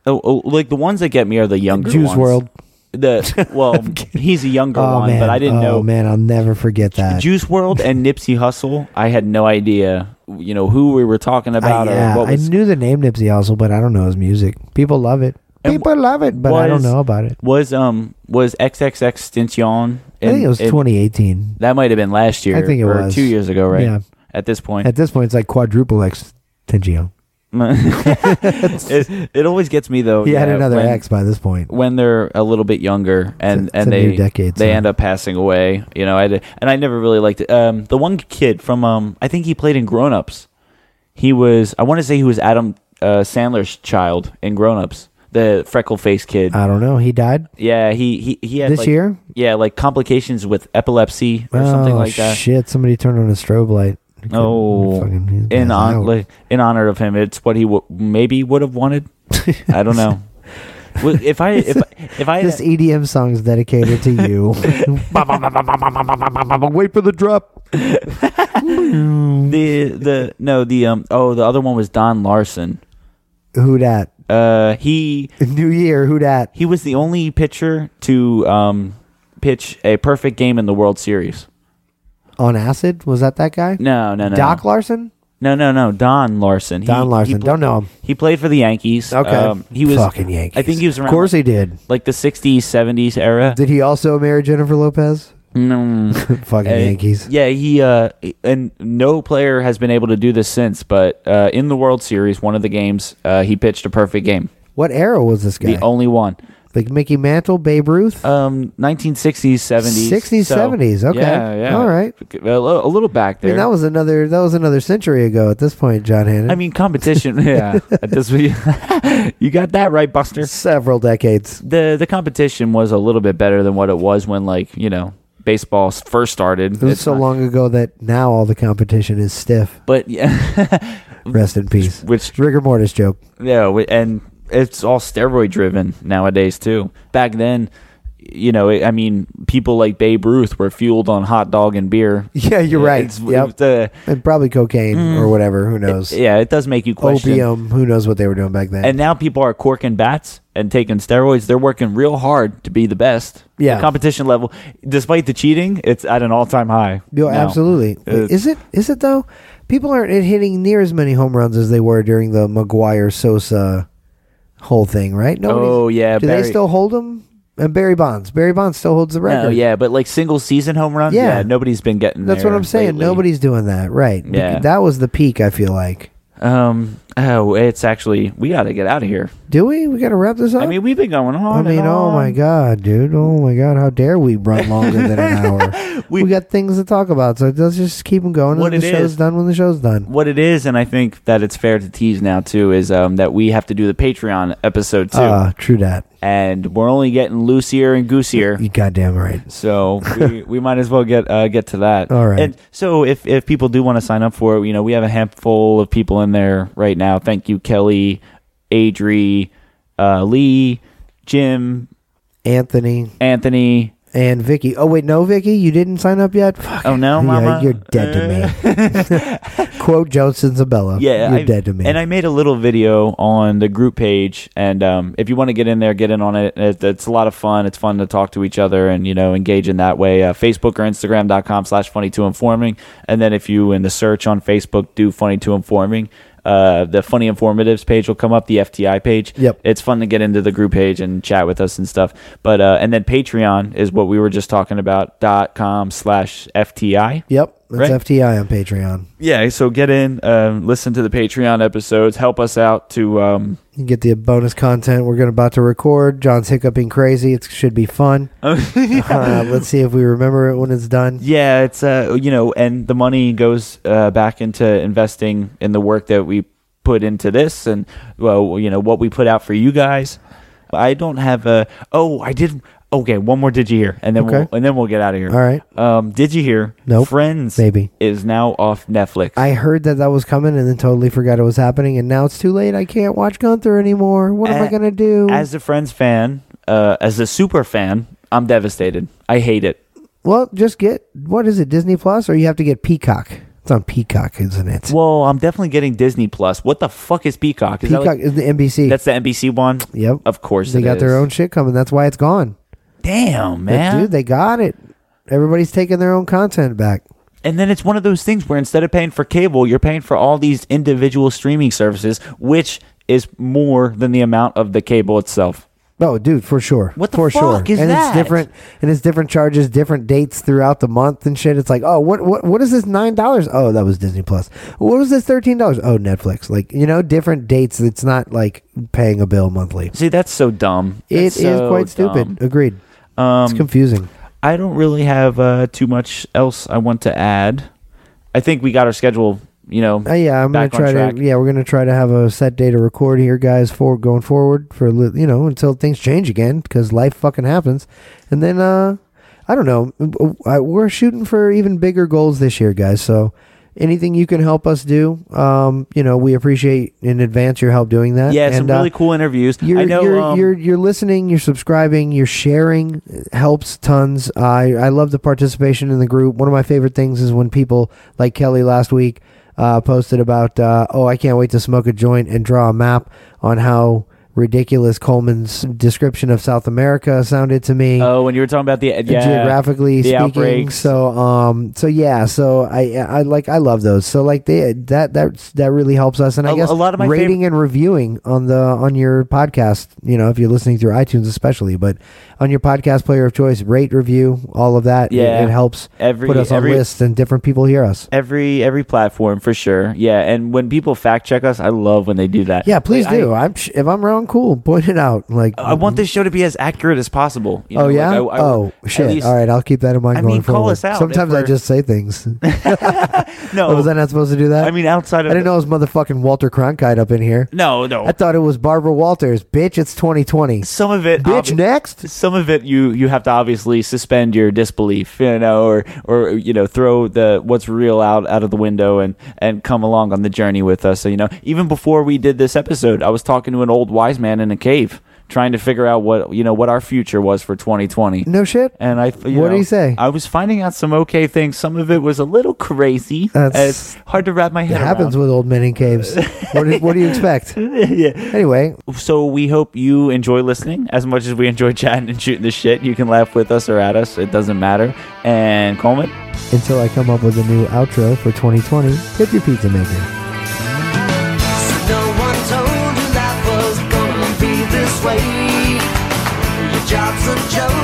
Oh, oh, like the ones that get me are the younger Juice ones. World. The well, he's a younger Oh one, man. but I didn't oh, know. man, I'll never forget that. Juice World and Nipsey Hussle. I had no idea, you know, who we were talking about I, or yeah, what I was knew the name Nipsey Hussle, but I don't know his music. People love it. And People love it, but I don't was- know about it. was um was XXX Stintion. I think it was 2018. That might have been last year. I think it or was. two years ago, right? Yeah. At this point, At this point, it's like quadruple X Tengio. it, it always gets me though. He had yeah, another when, X by this point. when they're a little bit younger and It's a- it's and a they new decade, they so. end up passing away. You know, I did, and I never really liked it. Um, the one kid from um, I think he played in Grown Ups. He was I want to say he was Adam uh, Sandler's child in Grown Ups, the freckle faced kid. I don't know. He died. Yeah, he he he had Uh, This like- year? Yeah, like complications with epilepsy or something Oh, like that. Shit! Somebody turned on a strobe light. Oh, Fucking- he's in out. on, like, in honor of him, it's what he w- maybe would have wanted. I don't know. Well, if I if if I this EDM song is dedicated to you. Wait for the drop. the the no the um oh the other one was Don Larson. Who dat? Uh, he New Year. Who dat? he was the only pitcher to um pitch a perfect game in the World Series. On acid? Was that that guy? No, no, no. Doc Larson? No, no, no. Don Larson. He- Don he Larson. pla- Don't know him. He played for the Yankees. Okay. Um, he was fucking Yankees. I think he was around. Of course he did. like the '60s, '70s era. Did he also marry Jennifer Lopez? Mm. Fucking Uh, Yankees. Yeah, he uh, and no player has been able to do this since. But uh, in the World Series, one of the games, uh, he pitched a perfect game, What era was this guy? the only one. like Mickey Mantle, Babe Ruth. Um, 1960s, 70s, 60s, 70s, okay. yeah, yeah. All right. a, li- a little back I there. mean, that was another that was another century ago at this point, John Hannon. I mean, competition. yeah, at this you got that right, Buster. several decades. the The competition was a little bit better than what it was when, like, you know, baseball s- first started. It was It's so not- long ago that now all the competition is stiff. but yeah, Rest in peace. which Rigor mortis joke. Yeah, wi- and it's all steroid driven nowadays too. Back then, you know, it, I mean, people like Babe Ruth were fueled on hot dog and beer. Yeah, you're right. It's, Yep. it's, uh, And probably cocaine or whatever. Who knows? yeah, it does make you question. Opium. Who knows what they were doing back then? And now people are corking bats and taking steroids. They're working real hard to be the best. Yeah. The competition level, despite the cheating, it's at an all time high. Yo, now. absolutely. Uh, is it? Is it though? People aren't hitting near as many home runs as they were during the Maguire Sosa whole thing, right? Nobody's- Oh, yeah, Do they Barry- still hold them? And Barry Bonds. Barry Bonds still holds the record. No, yeah, but like single season home runs, Yeah. yeah, nobody's been getting That's there what I'm saying. lately. Nobody's doing that, right? Bec- Yeah. That was the peak. I feel like. Um, oh, it's actually, we got to get out of here. Do we? We got to wrap this up. I mean, we've been going on. I mean, and oh on. my god, dude! Oh my god, how dare we run longer than an hour? we, We- got things to talk about, so let's just keep them going. What and the it show's is- done when the show's done. What it is, and I think that it's fair to tease now too, is um, that we have to do the Patreon episode too, Ah, true that. and we're only getting loosier and goosier. You goddamn right. So we, we might as well get uh, get to that. All right. And so if, if people do want to sign up for it, you know, we have a handful of people in there right now. Thank you, Kelly, Adri, uh, Lee, Jim, Anthony Anthony. and Vicky. Oh wait, no, Vicky, you didn't sign up yet. Fuck. Oh no, Yeah, Mama, you're dead to me. Quote Johnson Zabella. Yeah, you're I- dead to me. And I made a little video on the group page, and um, if you want to get in there, get in on it. it. It's a lot of fun. It's fun to talk to each other and you know engage in that way. Uh, Facebook or Instagram.com slash funny to informing, and then if you in the search on Facebook do funny to informing. Uh, the funny informatives page will come up, the FTI page. Yep. it's fun to get into the group page and chat with us and stuff. But uh, and then Patreon is what we were just talking about. dot com slash FTI. yep, that's Right. FTI on Patreon. Yeah, so get in, um, listen to the Patreon episodes, help us out to. Um, You can get the bonus content we're gonna about to record. John's hiccuping crazy. It should be fun. Uh, let's see if we remember it when it's done. yeah, it's uh, you know, and the money goes uh, back into investing in the work that we put into this, and well, you know, what we put out for you guys. I don't have a. Oh, I did. Okay, one more. Did you hear? And then Okay. we'll, and then we'll get out of here. All right. Um, did you hear? Nope. Friends Maybe. is now off Netflix. I heard that that was coming and then totally forgot it was happening, and now it's too late. I can't watch Gunther anymore. What am I A- gonna do? as a Friends fan, uh, as a super fan, I'm devastated. I hate it. well, just get what is it, Disney Plus, or you have to get Peacock. It's on Peacock, isn't it? Well, I'm definitely getting Disney Plus. What the fuck is Peacock? Is that Peacock like- is the NBC. that's the NBC one. yep. Of course they it got their is. own shit coming. That's why it's gone. Damn But, man, dude, they got it. Everybody's taking their own content back. and then it's one of those things where instead of paying for cable, you're paying for all these individual streaming services, which is more than the amount of the cable itself. Oh, dude, for sure. What the for sure. fuck is and that? it's different and it's different charges, different dates throughout the month and shit. It's like, oh, what what what is this nine dollars? Oh, that was Disney Plus. What was this thirteen dollars? Oh, Netflix. Like, you know, different dates. It's not like paying a bill monthly. See, that's so dumb. It is That's so quite stupid. dumb. Um, Agreed. it's confusing. I don't really have uh, too much else I want to add. I think we got our schedule you know, Uh, yeah, I'm gonna back try on track. to. Yeah, we're gonna try to have a set day to record here, guys. For going forward, for li- you know, until things change again, because life fucking happens. And then, uh, I don't know. I, we're shooting for even bigger goals this year, guys. So, anything you can help us do, um, you know, we appreciate in advance your help doing that. Yeah, some And, uh, really cool interviews. You're, I know you're, um, you're you're listening, you're subscribing, you're sharing. It helps tons. I I love the participation in the group. One of my favorite things is when people like Kelly last week uh, posted about, uh, oh, I can't wait to smoke a joint and draw a map on how ridiculous Coleman's description of South America sounded to me Oh, when you were talking about the yeah, geographically the speaking. outbreaks. So um so yeah, so I I like I love those. So like they that that that really helps us and I A- guess a lot of my rating and reviewing on the on your podcast, you know, if you're listening through iTunes especially, but on your podcast player of choice, rate review, all of that. It- Yeah. It, helps Every- put us every- on lists and different people hear us. every every platform for sure. Yeah, and when people fact check us, I love when they do that. Yeah, please Like, I- Uh, do. I, am if I'm wrong, cool. Point it out. Like I want this show to be as accurate as possible. you Oh know, like, yeah. I- I- oh at shit. least- All right, I'll keep that in mind I going mean, call forward. us out if Sometimes I we're- just say things. No, Oh, was I not supposed to do that? I mean, outside of I didn't know it was motherfucking Walter Cronkite up in here. No, no. I thought it was Barbara Walters. Bitch, it's 2020. some of it, Bitch, next. Some of it, you you have to obviously suspend your disbelief, you know, or or you know, throw the what's real out out of the window and and come along on the journey with us. So you know, even before we did this episode, I was talking to an old wise man in a cave, trying to figure out what you know what our future was for 2020. No shit. And I, th- you What did know, he say? I was finding out some okay things. Some of it was a little crazy. That's- and it's hard to wrap my It head happens around. with old men in caves. what, do, what do you expect? yeah. Anyway, So we hope you enjoy listening as much as we enjoy chatting and shooting the shit. You can laugh with us or at us; it doesn't matter. And Coleman, until I come up with a new outro for 2020, tip your pizza maker. No one told you life was gonna be this way. Your job's a joke,